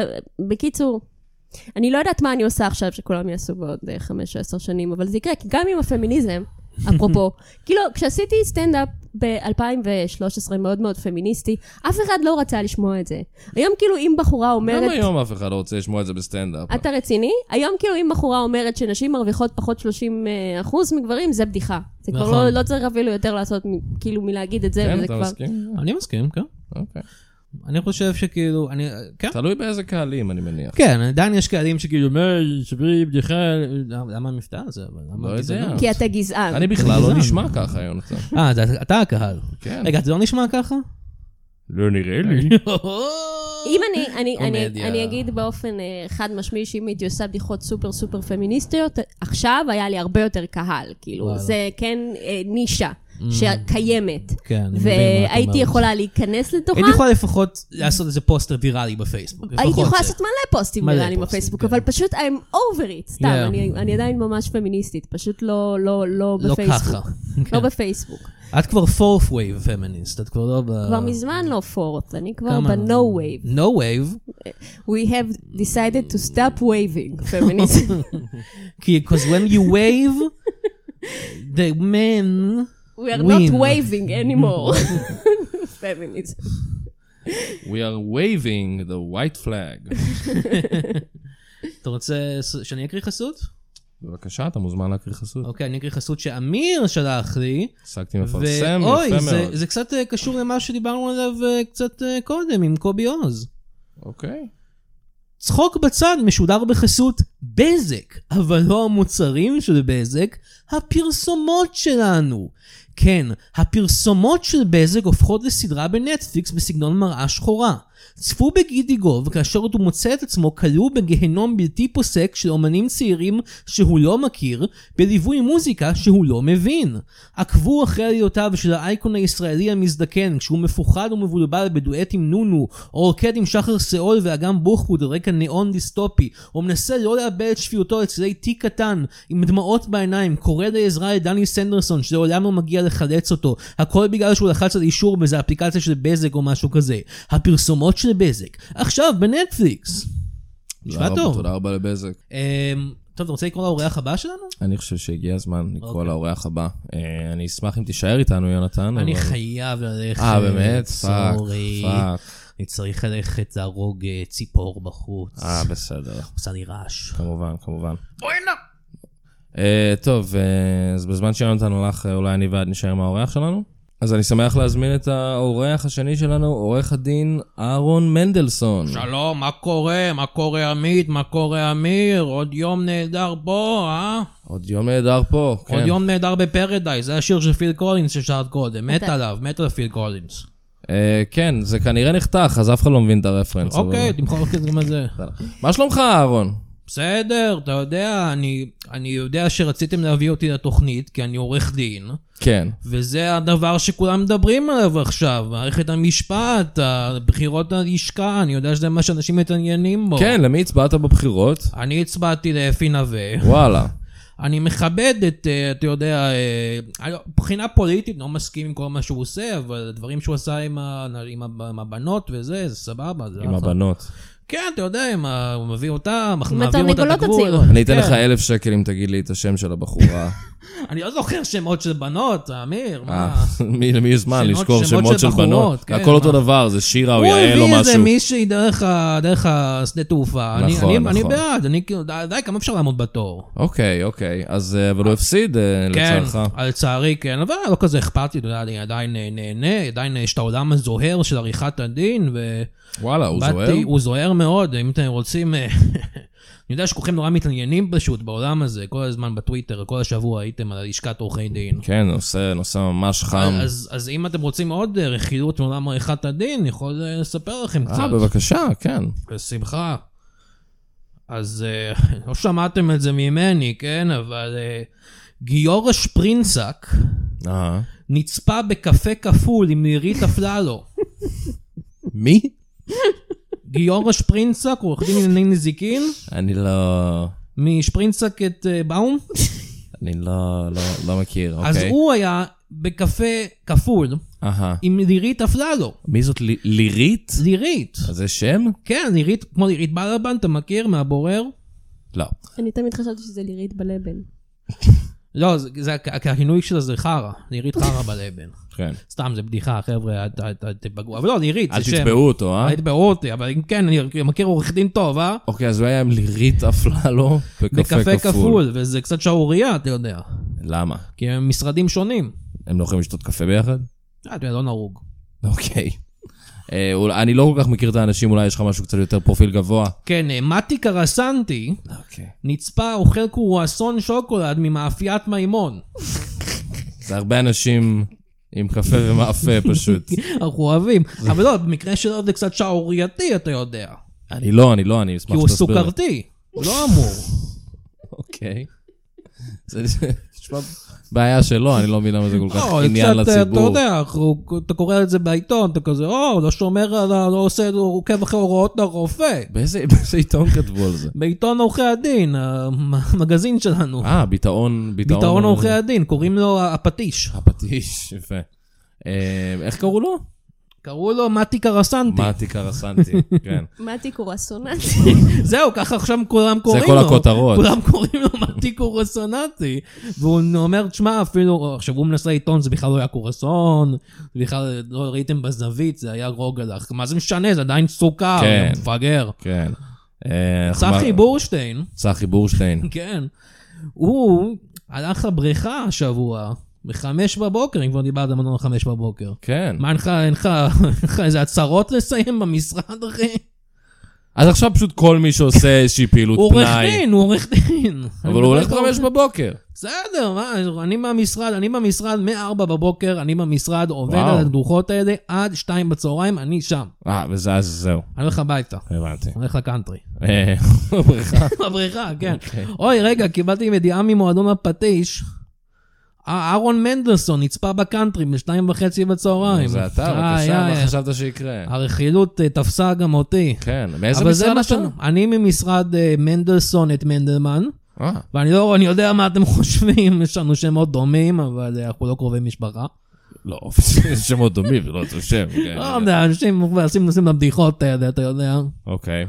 בקיצור, אני לא יודעת מה אני עושה עכשיו שכולם יעשו בעוד אה, חמש או עשר שנים, אבל זה יקרה, כי גם עם *laughs* הפמיניזם, אפרופו, כאילו, כשעשיתי סטנדאפ ב-2013, מאוד מאוד פמיניסטי, אף אחד לא רצה לשמוע את זה. היום כאילו, אם בחורה אומרת... גם היום אף אחד לא רוצה לשמוע את זה בסטנדאפ. אתה רציני? היום כאילו אם בחורה אומרת שנשים מרוויחות פחות 30 אה, אחוז מגברים, זה בדיחה. זה כבר נכון. לא, לא צריך אפילו יותר לעשות מ- כאילו מלהגיד את זה, כן, וזה אתה כבר... מסכים? אני מסכים, כן. אוקיי. אני חושב שכאילו, אני, כן. תלוי באיזה קהלים, אני מניח. כן, עדיין יש קהלים שכאילו, "מי, שברי בדיחה, למה למה המבטא הזה? אבל למה לא יודע. הגזענות?" כי אתה גזען. אני בכלל לא נשמע ככה, יונתן. אה, אתה- אתה הקהל. כן. רגע, זה לא נשמע *laughs* ככה? לא נראה לי. אם אני, אני, אני, קומדיה. אני אגיד באופן אה, חד משמעי שאם הייתי עושה בדיחות סופר סופר פמיניסטיות, עכשיו היה לי הרבה יותר קהל. כאילו, וואלה. Mm. זה כן אה, נישה שקיימת. כן, אני מבין מה את והייתי אומרת. יכולה להיכנס לתוכה. הייתי יכולה לפחות לעשות איזה פוסטר ויראלי בפייסבוק. הייתי לפחות יכולה זה. נכון. לעשות מלא פוסטים מלא נראה לי פוסטים, בפייסבוק, כן. אבל פשוט I'm over it, סתם, Yeah. אני- אני עדיין ממש פמיניסטית, פשוט לא לא- לא לא בפייסבוק. ככה. *laughs* לא כן. בפייסבוק. את כבר fourth wave פמיניסט, את כבר לא ב... כבר מזמן לא פורט, אני כבר כמה? ב-no wave. no wave, We have decided to stop waving, *laughs* פמיניסט. כי because when you *laughs* wave, the men... We are not Win. waving anymore. *laughs* *laughs* פמיניסט. *laughs* We are waving the white flag. אתה רוצה ס- שאני אקריא חסות? בבקשה, אתה מוזמן להקריא חסות. אוקיי, אני אקריא חסות שאמיר שלח לי. הפסקתי ו- מפרסם, אוי, יפה זה- מאוד. זה קצת אה, קשור למה שדיברנו עליו אה, קצת אה, קודם עם קובי עוז. אוקיי. צחוק בצד משודר בחסות בזק, אבל לא המוצרים של בזק, הפרסומות שלנו. כן, הפרסומות של בזק הופכות לסדרה בנטפליקס בסגנון מראה שחורה. צפו בגידיגוב כאשר הוא מוצא את עצמו כלוא בגיהנום בלתי פוסק של אומנים צעירים שהוא לא מכיר, בליווי מוזיקה שהוא לא מבין. עקבו אחרי עליותיו של האייקון הישראלי המזדקן כשהוא מפוחד ומבולבל בדואט עם נונו, או רוקד עם שחר סאול ואגם בוחבוט על רקע נאון דיסטופי, או מנסה לא לאבד את שפיותו אצלי תיק קטן, עם דמעות בעיניים, קורא לעזרה לדני סנדרסון שלעולם לא מגיע לחלץ אותו, הכל בגלל שהוא לחץ על אישור באיזה אפליקציה של בזק או משהו כזה. הפרסומות של בזק, עכשיו בנטפליקס. נשמע תודה רבה- טוב. תודה רבה לבזק. אמ, טוב, אתה רוצה לקרוא לאורח הבא שלנו? אני חושב שהגיע הזמן לקרוא אוקיי. לאורח הבא. אה, אני אשמח אם תישאר איתנו, יונתן. אני אבל- חייב ללכת. לא, אה, באמת? פאק, סורי. פאק. אני צריך ללכת להרוג אה, ציפור בחוץ. אה, בסדר. עושה לי רעש. כמובן, כמובן. אה, טוב, אה, אז בזמן שיונתן הלך, אה, אולי אני ועד נשאר עם האורח שלנו? אז אני שמח להזמין את האורח השני שלנו, עורך הדין אהרון מנדלסון. שלום, מה קורה? מה קורה עמית? מה קורה אמיר? עוד יום נהדר פה, אה? עוד יום נהדר פה, כן. עוד יום נהדר בפרדייז, זה השיר של פיל קולינס ששרת קודם. מת אתה- עליו, מת על פיל קולינס. אה, כן, זה כנראה נחתך, אז אף אחד לא מבין את הרפרנס. אבל- אוקיי, תמחור את זה גם על זה. בסדר. מה שלומך, אהרון? בסדר, אתה יודע, אני, אני יודע שרציתם להביא אותי לתוכנית, כי אני עורך דין, כן. וזה הדבר שכולם מדברים עליו עכשיו, מערכת המשפט, הבחירות ללשכה, אני יודע שזה מה שאנשים מתעניינים בו. כן, למי הצבעת בבחירות? אני הצבעתי לאפי נווה. וואלה. אני מכבד את, אה, אתה יודע, אה, אני לא- מבחינה פוליטית, לא מסכים עם כל מה שהוא עושה, אבל הדברים שהוא עשה עם, ה, עם, ה, עם הבנות וזה, זה סבבה. זה עם אחלה. הבנות. כן, אתה יודע, עם ה, הוא מביא אותה, מח- עם מעביר אותה את התרנגולות הגבול. הצעירות. אני אתן כן. לך אלף שקל אם תגיד לי את השם של הבחורה. אני לא זוכר שמות של בנות, אמיר, אה, מה? מי- למי יש זמן שמות- לזכור שמות שמות של של בחורות, בנות? כן, הכל אותו מה? דבר, זה שירה או הוא יעל או הביא איזה משהו. מישהי דרך ה- דרך השדה תעופה. אני- נכון, אני- נכון. אני בעד, אני כאילו, די, די, כמה אפשר לעמוד בתור? אוקיי, אוקיי. אז אה, אבל הוא הפסיד אה, כן, לצערך. לצערי כן, אבל לא כזה אכפת לי, אתה יודע, אני עדיין אה, נהנה, עדיין אה, יש את העולם הזוהר של עריכת הדין, ו... וואלה, הוא באתי- זוהר? הוא זוהר מאוד, אם אתם רוצים... אה, *laughs* אני יודע שכולכם נורא מתעניינים פשוט בעולם הזה, כל הזמן בטוויטר, כל השבוע הייתם על לשכת עורכי דין. כן, נושא נושא ממש חם. אז, אז אם אתם רוצים עוד אה, רכילות מעולם עריכת הדין, אני יכול אה, לספר לכם קצת. אה, בבקשה, כן. בשמחה. אז אה, *laughs* לא שמעתם את זה ממני, כן? אבל אה, גיורא שפרינצק אה. נצפה בקפה כפול עם *laughs* לירית אפללו. מי? גיורא שפרינצק, עורך דין לענייני נזיקין, אני לא... משפרינצק את אה, באום. אני לא, לא, לא מכיר, אז אוקיי. הוא היה בקפה כפול אהה. עם לירית אפללו. מי זאת? ל- לירית? לירית. אז זה שם? כן, לירית, כמו לירית בלבן, אתה מכיר? מהבורר? לא. אני תמיד חשבתי שזה לירית בלבן. לא, זה, זה, הכ- הכינוי שלה זה חרא. לירית חרא *laughs* בלבן. כן. סתם, זה בדיחה, חבר'ה, אל- אל- אל תבגרו. אבל לא, לירית, אל זה שם. תתבעו אותו, אה? אל תתבעו אותי, אבל אם כן, אני מכיר עורך דין טוב, אה? אוקיי, אז הוא היה עם לירית לא? אפללו בקפה כפול, וזה קצת שערורייה, אתה יודע. למה? כי הם משרדים שונים. הם לא יכולים לשתות קפה ביחד? אה, אתה יודע, לא נהוג. אוקיי. אה, אולי- אני לא כל כך מכיר את האנשים, אולי יש לך משהו קצת יותר פרופיל גבוה. כן, אה, מתי קרסנטי אוקיי. נצפה אוכל קרואסון שוקולד ממאפיית מימון. זה הרבה אנשים עם קפה ומאפה *laughs* פשוט. *laughs* אנחנו אוהבים. אבל לא, במקרה שלו זה קצת שערורייתי, אתה יודע. אני לא, אני לא, אני אשמח כי הוא שתסביר. לי. סוכרתי. הוא לא אמור. אוקיי. זה זה- תשמע, בעיה שלו, אני לא מבין למה זה כל כך לא, עניין קצת, אתה לציבור. יודע, הוא- אתה קורא את זה בעיתון, אתה כזה, או, לא שומר, על ה- לא עושה, הוא עוקב אחרי הוראות הרופא. באיזה באיזה עיתון כתבו על זה? בעיתון עורכי הדין, המגזין שלנו. אה, ביטאון, ביטאון. ביטאון עורכי הדין, קוראים לו הפטיש. הפטיש, יפה. אה, איך קראו לו? קראו לו מתי קרסנטי. מתי קרסנטי, *laughs* כן. מתי קורסונט. זהו, ככה עכשיו כולם קוראים לו. כל הכותרות. כולם קוראים לו מתי קורסונטי. והוא אומר, תשמע, אפילו, עכשיו הוא מנסה לטעון, זה בכלל לא היה קורסון, זה בכלל לא ראיתם בזווית, זה היה רוגלח. מה זה משנה, זה עדיין סוכר, כן. מפגר. כן. אה, צחי מה- בורשטיין, *laughs* צחי בורשטיין. כן, הוא הלך לבריכה השבוע, בחמש בבוקר, אם כבר דיברת המון על חמש בבוקר. כן. מה, אין לך, אין לך, אין לך איזה הצהרות לסיים במשרד, אחי? אז עכשיו פשוט כל מי שעושה איזושהי פעילות הוא עורך פנאי, דין, הוא עורך דין. אבל הוא הולך לחמש בבוקר. בסדר, מה, אני במשרד, אני במשרד מ-4 בבוקר, אני במשרד, עובד וואו. על הדוחות האלה עד 2 בצהריים, אני שם. אה, וזה אז זהו, אני הולך הביתה, הבנתי. הולך *laughs* לקאנטרי. אה, בריכה. בבריכה, כן. אוקיי. אוי, רגע, קיבלתי ידיעה ממועדון הפטיש. אה, אהרון מנדלסון נצפה בקאנטרי בשתיים וחצי בצהריים. זה אתה, איי, בבקשה, איי, מה חשבת שיקרה? הרכילות אה, תפסה גם אותי. כן, מאיזה אבל זה משרד מה אתה? שאני... אני ממשרד אה, מנדלסון את מנדלמן, אה, ואני לא אני יודע מה אתם *laughs* חושבים, יש לנו שמות דומים, אבל אה, אנחנו לא קרובי משפחה. לא, *laughs* שמות דומים, זה לא אותו שם. כן. לא, זה אנשים עושים עושים לבדיחות האלה, אתה יודע. אוקיי.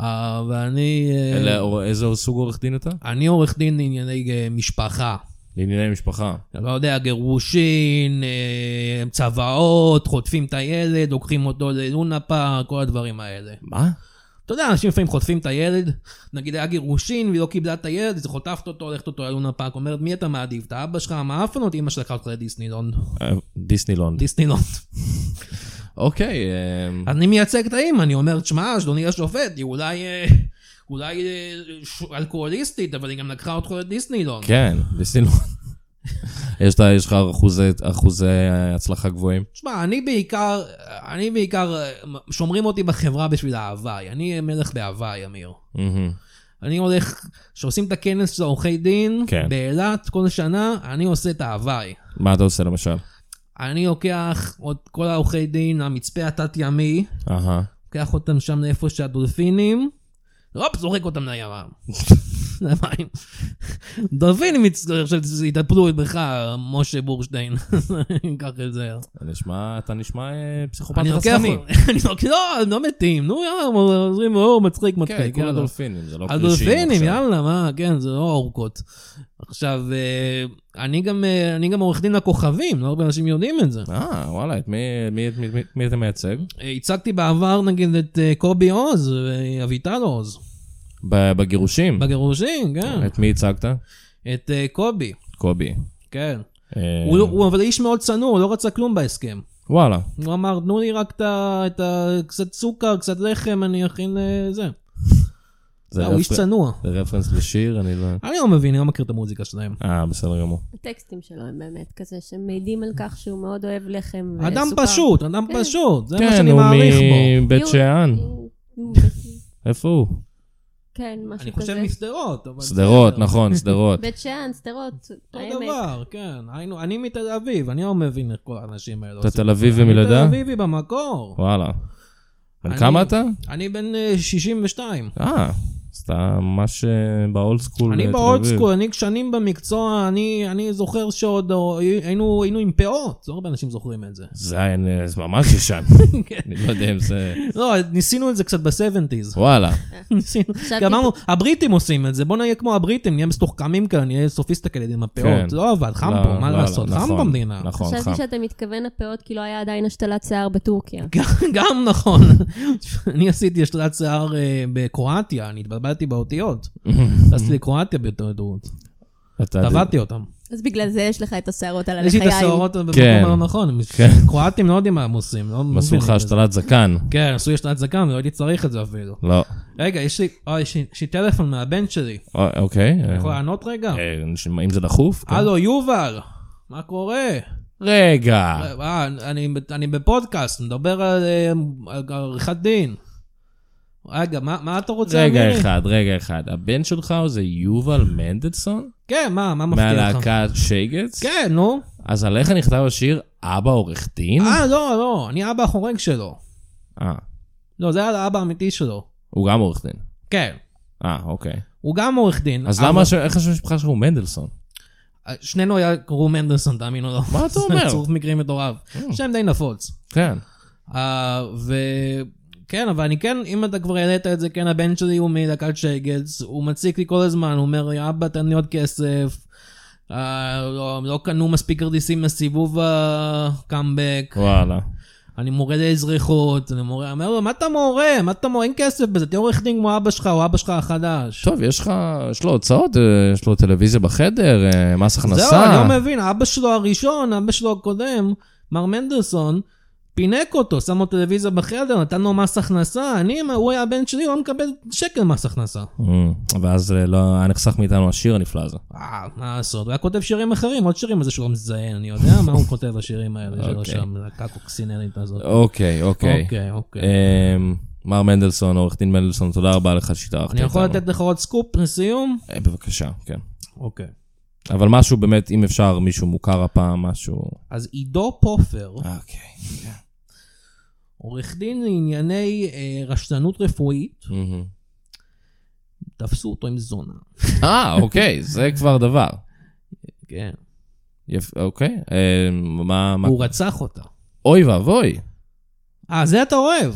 אה, ואני... אה, אלה- או- איזה סוג עורך דין אתה? אני עורך דין לענייני אה, משפחה. לענייני משפחה. לא יודע, גירושין, אה, צוואות, חוטפים את הילד, לוקחים אותו ללונה פארק, כל הדברים האלה. מה? אתה יודע, אנשים לפעמים חוטפים את הילד, נגיד היה גירושין והיא לא קיבלה את הילד, אז היא חוטפת אותו, הולכת אותו ללונה פארק, אומרת, מי אתה מעדיף, את האבא שלך, המאפן או את אמא שלקחה אותך לדיסנילונד? דיסנילונד. דיסנילונד. אוקיי, אה, אני מייצג את האמא, אני אומר, תשמע, אדוני השופט, היא אולי... אה, אולי אה, ש- אלכוהוליסטית, אבל היא גם לקחה אותך לדיסנילונד. כן, דיסנילונד. *laughs* יש לך- יש לך אחוזי- אחוזי הצלחה גבוהים? תשמע, אני בעיקר, אני בעיקר, אה, שומרים אותי בחברה בשביל ההוואי. אני מלך בהוואי, אמיר. מהמם. אני הולך, כשעושים את הכנס של עורכי דין, כן. באילת, כל שנה, אני עושה את ההוואי. מה אתה עושה למשל? אני לוקח את כל העורכי דין, המצפה התת-ימי, אהה. לוקח אותם שם לאיפה שהדולפינים, הופ, זורק אותם לירה. למים. דולפינים מצטער שהתאפלו בך, משה בורשטיין. קח את זה. נשמע- אתה נשמע אה, פסיכופת אני לוקח... רצחני. *laughs* אני לוקח... לא, הם לא מתים. נו, יאללה, עוזרים, או, מצחיק, כן, מצחיק. כולה יאללה. דולפינים, זה לא כרישים הדולפינים, עכשיו. יאללה, מה, כן, זה לא אורכות. עכשיו, אה, אני גם, אה, אני גם עורך דין לכוכבים, לא הרבה אנשים יודעים את זה. אה, וואלה, את מי- מי- מי- מי- מי אתה מייצג? אה, ייצגתי בעבר, נגיד, את אה, קובי עוז ואביטל עוז. ב- בגירושים? בגירושין, כן. את מי ייצגת? את אה, קובי, קובי. כן. אה, הוא לא- הוא אבל איש מאוד צנוע, הוא לא רצה כלום בהסכם. וואלה. הוא אמר, תנו לי רק את ה... את ה- קצת סוכר, קצת לחם, אני אכין אה, זה. זה אה, הוא איש רפר- צנוע. זה רפרנס לשיר, אני לא... אני לא מבין, אני לא מכיר את המוזיקה שלהם. אה, בסדר גמור. הטקסטים שלו הם באמת כזה, שמעידים על כך שהוא מאוד אוהב לחם וסוכר. אדם פשוט, אדם אה, כן. פשוט, זה מה כן, שאני הוא מעריך בו. מבית *laughs* שאן. הוא- איפה הוא? כן, אני משהו חושב כזה. משדרות, אבל... שדרות, בסדר. נכון, *laughs* שדרות. בית שאן, שדרות, אותו העמק. דבר, כן. היינו- אני מתל אביב, אני לא מבין איך כל האנשים האלה אתה עושים. תל אביבי לא אני תל מלידה? אביבי במקור. וואלה. בן אני- כמה אתה? אני בן אה, 62. אה, אז אתה ממש אה, באולד סקול. אני בתל באולד אביב. סקול, אני שנים במקצוע, אני אני זוכר שעוד אה, היינו היינו עם פאות, לא הרבה אנשים *laughs* זוכרים את זה. זה היה אה, זה ממש *laughs* ישן. אני לא יודע אם זה... לא, ניסינו את זה קצת ב-70's. וואלה. *laughs* ניסינו. כי אמרנו, הבריטים עושים את זה, בוא נהיה כמו הבריטים, נהיה מסתוחכמים כאלה, נהיה סופיסטה כאלה עם כן. הפאות. לא עבד, חם פה, לא, מה לא, לעשות, לא, חם נכון, במדינה. נכון, חשבתי חם. שאתה מתכוון לפאות כי לא היה עדיין השתלת שיער בטורקיה. *laughs* גם- גם נכון. *laughs* אני עשיתי השתלת שיער אה, בקרואטיה, אני התבלבלתי *laughs* באותיות. עשיתי לקרואטיה ביותר דורות. אתה- טבעתי אותם. אז בגלל זה יש לך את השערות על יש לי את הלחיים. השערות כן. במקום הלא נכון. הם- כן. קרואטים לא יודעים מה הם עושים. לא הם עשו מבינים לך את זה. השתלת זקן. כן, עשו לי השתלת זקן, לא הייתי צריך את זה אפילו. לא. רגע, יש לי, אוי, יש לי- יש לי טלפון מהבן שלי. אה, אוקיי. אני אה, יכול לענות רגע? אה, נשמע- אם זה דחוף? כן. הלו, יובל, מה קורה? רגע. אה, אני, אני בפודקאסט, מדבר על אה, על עריכת דין. רגע, מה, מה אתה רוצה? רגע מירי? אחד, רגע אחד. הבן שלך הוא זה יובל מנדלסון? כן, מה, מה מפתיע אותך? מהלהקה שייגץ? כן, נו. אז עליך נכתב השיר אבא עורך דין? אה, לא, לא, אני אבא החורג שלו. אה, לא, זה היה לאבא האמיתי שלו. הוא גם עורך דין. כן. אה, אוקיי. הוא גם עורך דין. אז אבל- למה, ש- איך השם שלך הוא מנדלסון? שנינו היה קראו מנדלסון, תאמין או לא. מה אתה אומר? אה. זה *laughs* צירוף מקרים מטורף. שם די נפוץ. כן. אה, ו... כן, אבל אני כן, אם אתה כבר העלית את זה, כן, הבן שלי הוא מלהקת שייגלס, הוא מציק לי כל הזמן, הוא אומר, "יא אבא, תן לי עוד כסף. אה, לא, לא קנו מספיק כרטיסים לסיבוב הקאמבק, וואלה. אני מורה לאזרחות, אני מורה, אומר לו, מה אתה מורה? מה אתה מורה? אין כסף בזה, תהיה עורך דין כמו אבא שלך או אבא שלך החדש. טוב, יש לך, יש לו הוצאות, אה, יש לו טלוויזיה בחדר, אה, מס הכנסה. זהו, אני לא מבין, אבא שלו הראשון, אבא שלו הקודם, מר מנדלסון, פינק אותו, שם לו טלוויזיה בחדר, נתן לו מס הכנסה, אני, אם הוא היה הבן שלי, הוא היה מקבל שקל מס הכנסה. ואז אה, לא היה נחסך מאיתנו השיר הנפלא הזה. אה, מה לעשות, הוא היה כותב שירים אחרים, עוד שירים על זה שהוא לא מזיין, אני יודע *laughs* מה הוא כותב לשירים האלה שלו אוקיי. שם, הקקוקסינלית הזאת. אוקיי, אוקיי. אוקיי, אוקיי. אמ, מר מנדלסון, עורך דין מנדלסון, תודה רבה לך שהתארחת אני יכול איתנו. לתת לך עוד סקופ לסיום? אה, בבקשה, כן. אוקיי. אבל משהו באמת, אם אפשר, מישהו מוכר הפעם, משהו... אז עידו פופר, אוקיי. עורך דין לענייני אה, רשלנות רפואית, מהמם. תפסו אותו עם זונה. אה, אוקיי, זה כבר דבר. כן. יפ- אוקיי, אמ, מה... מה- הוא רצח אותה. אוי ואבוי. אה, זה אתה אוהב.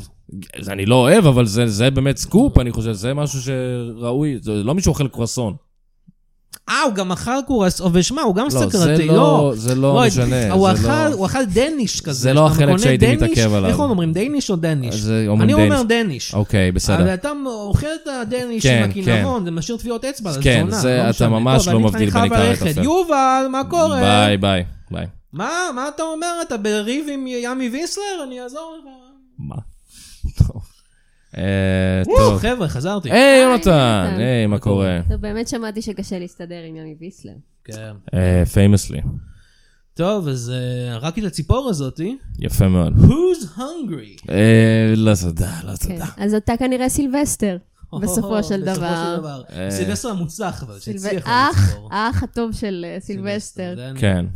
זה אני לא אוהב, אבל זה, זה באמת סקופ, אני חושב, זה משהו שראוי, זה לא מישהו אוכל קרואסון. אה, הוא גם אכל קורסון, ושמע, הוא גם לא, זה סקרתי, לא, זה לא משנה. הוא זה אכל- לא... הוא אכל דניש כזה. זה לא שאתה החלק קונה שהייתי דניש, מתעכב עליו. אה, איך אומרים, דניש או דניש? זה אומרים אני אומר דניש. דניש. אוקיי, אבל בסדר. אתה אוכל את הדניש כן, עם הקינמון, זה משאיר טביעות אצבע, זה כן, זונה, זה- לא אתה משנה. ממש טוב, לא אני מבדיל חייב בין עיקר ללכת. לטפל. יובל, מה קורה? ביי, ביי, ביי. מה, מה אתה אומר? אתה בריב עם ימי ויסלר? אני אעזור לך. מה? טוב. אה, וואו, טוב. חבר'ה, חזרתי. היי, יונתן, יונתן. היי, מה קורה? טוב, לא, באמת שמעתי שקשה להסתדר עם ימי ויסלר. כן. אה, פיימסלי. טוב, אז אה, הרגתי את הציפור הזאתי. יפה מאוד. Who's hungry? אה, לא תודה, לא כן. תודה. אז אתה כנראה סילבסטר, בסופו של בסופו של דבר. דבר. אה. סילבסטר המוצלח, אבל סילב- שהצליח. אח, לציפור. האח הטוב של אה, סילבסטר. זה אני. כן.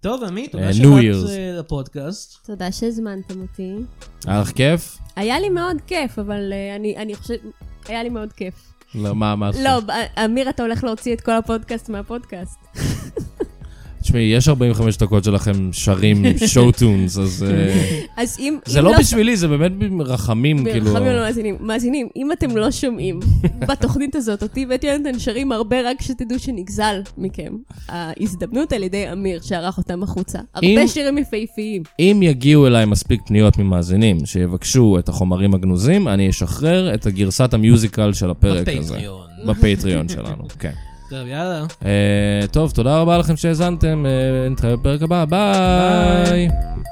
טוב, עמית, אה, תודה New שבאת Year's. אה, לפודקאסט. תודה שהזמנתם אותי. היה לך כיף? היה לי מאוד כיף, אבל אה, אני אני חושבת, היה לי מאוד כיף. לא, מה, מה? את לא, ב- אמיר, אתה הולך להוציא את כל הפודקאסט מהפודקאסט. תשמעי, יש 45 דקות שלכם שרים show tunes, אז... אה, אז אם... זה אם לא בשבילי, זה באמת ברחמים, כאילו... ברחמים על המאזינים. לא מאזינים, אם אתם לא *laughs* שומעים בתוכנית הזאת, אותי ואת יונתן שרים הרבה, רק שתדעו שנגזל מכם. ההזדמנות על ידי אמיר, שערך אותם החוצה. אם- הרבה שירים יפהפיים. אם יגיעו אליי מספיק פניות ממאזינים שיבקשו את החומרים הגנוזים, אני אשחרר את הגרסת המיוזיקל של הפרק הזה. בפטריון. בפטריון *laughs* שלנו, כן. טוב, יאללה. אה, טוב, תודה רבה לכם שהאזנתם, אה, נתראה בפרק הבא, ביי!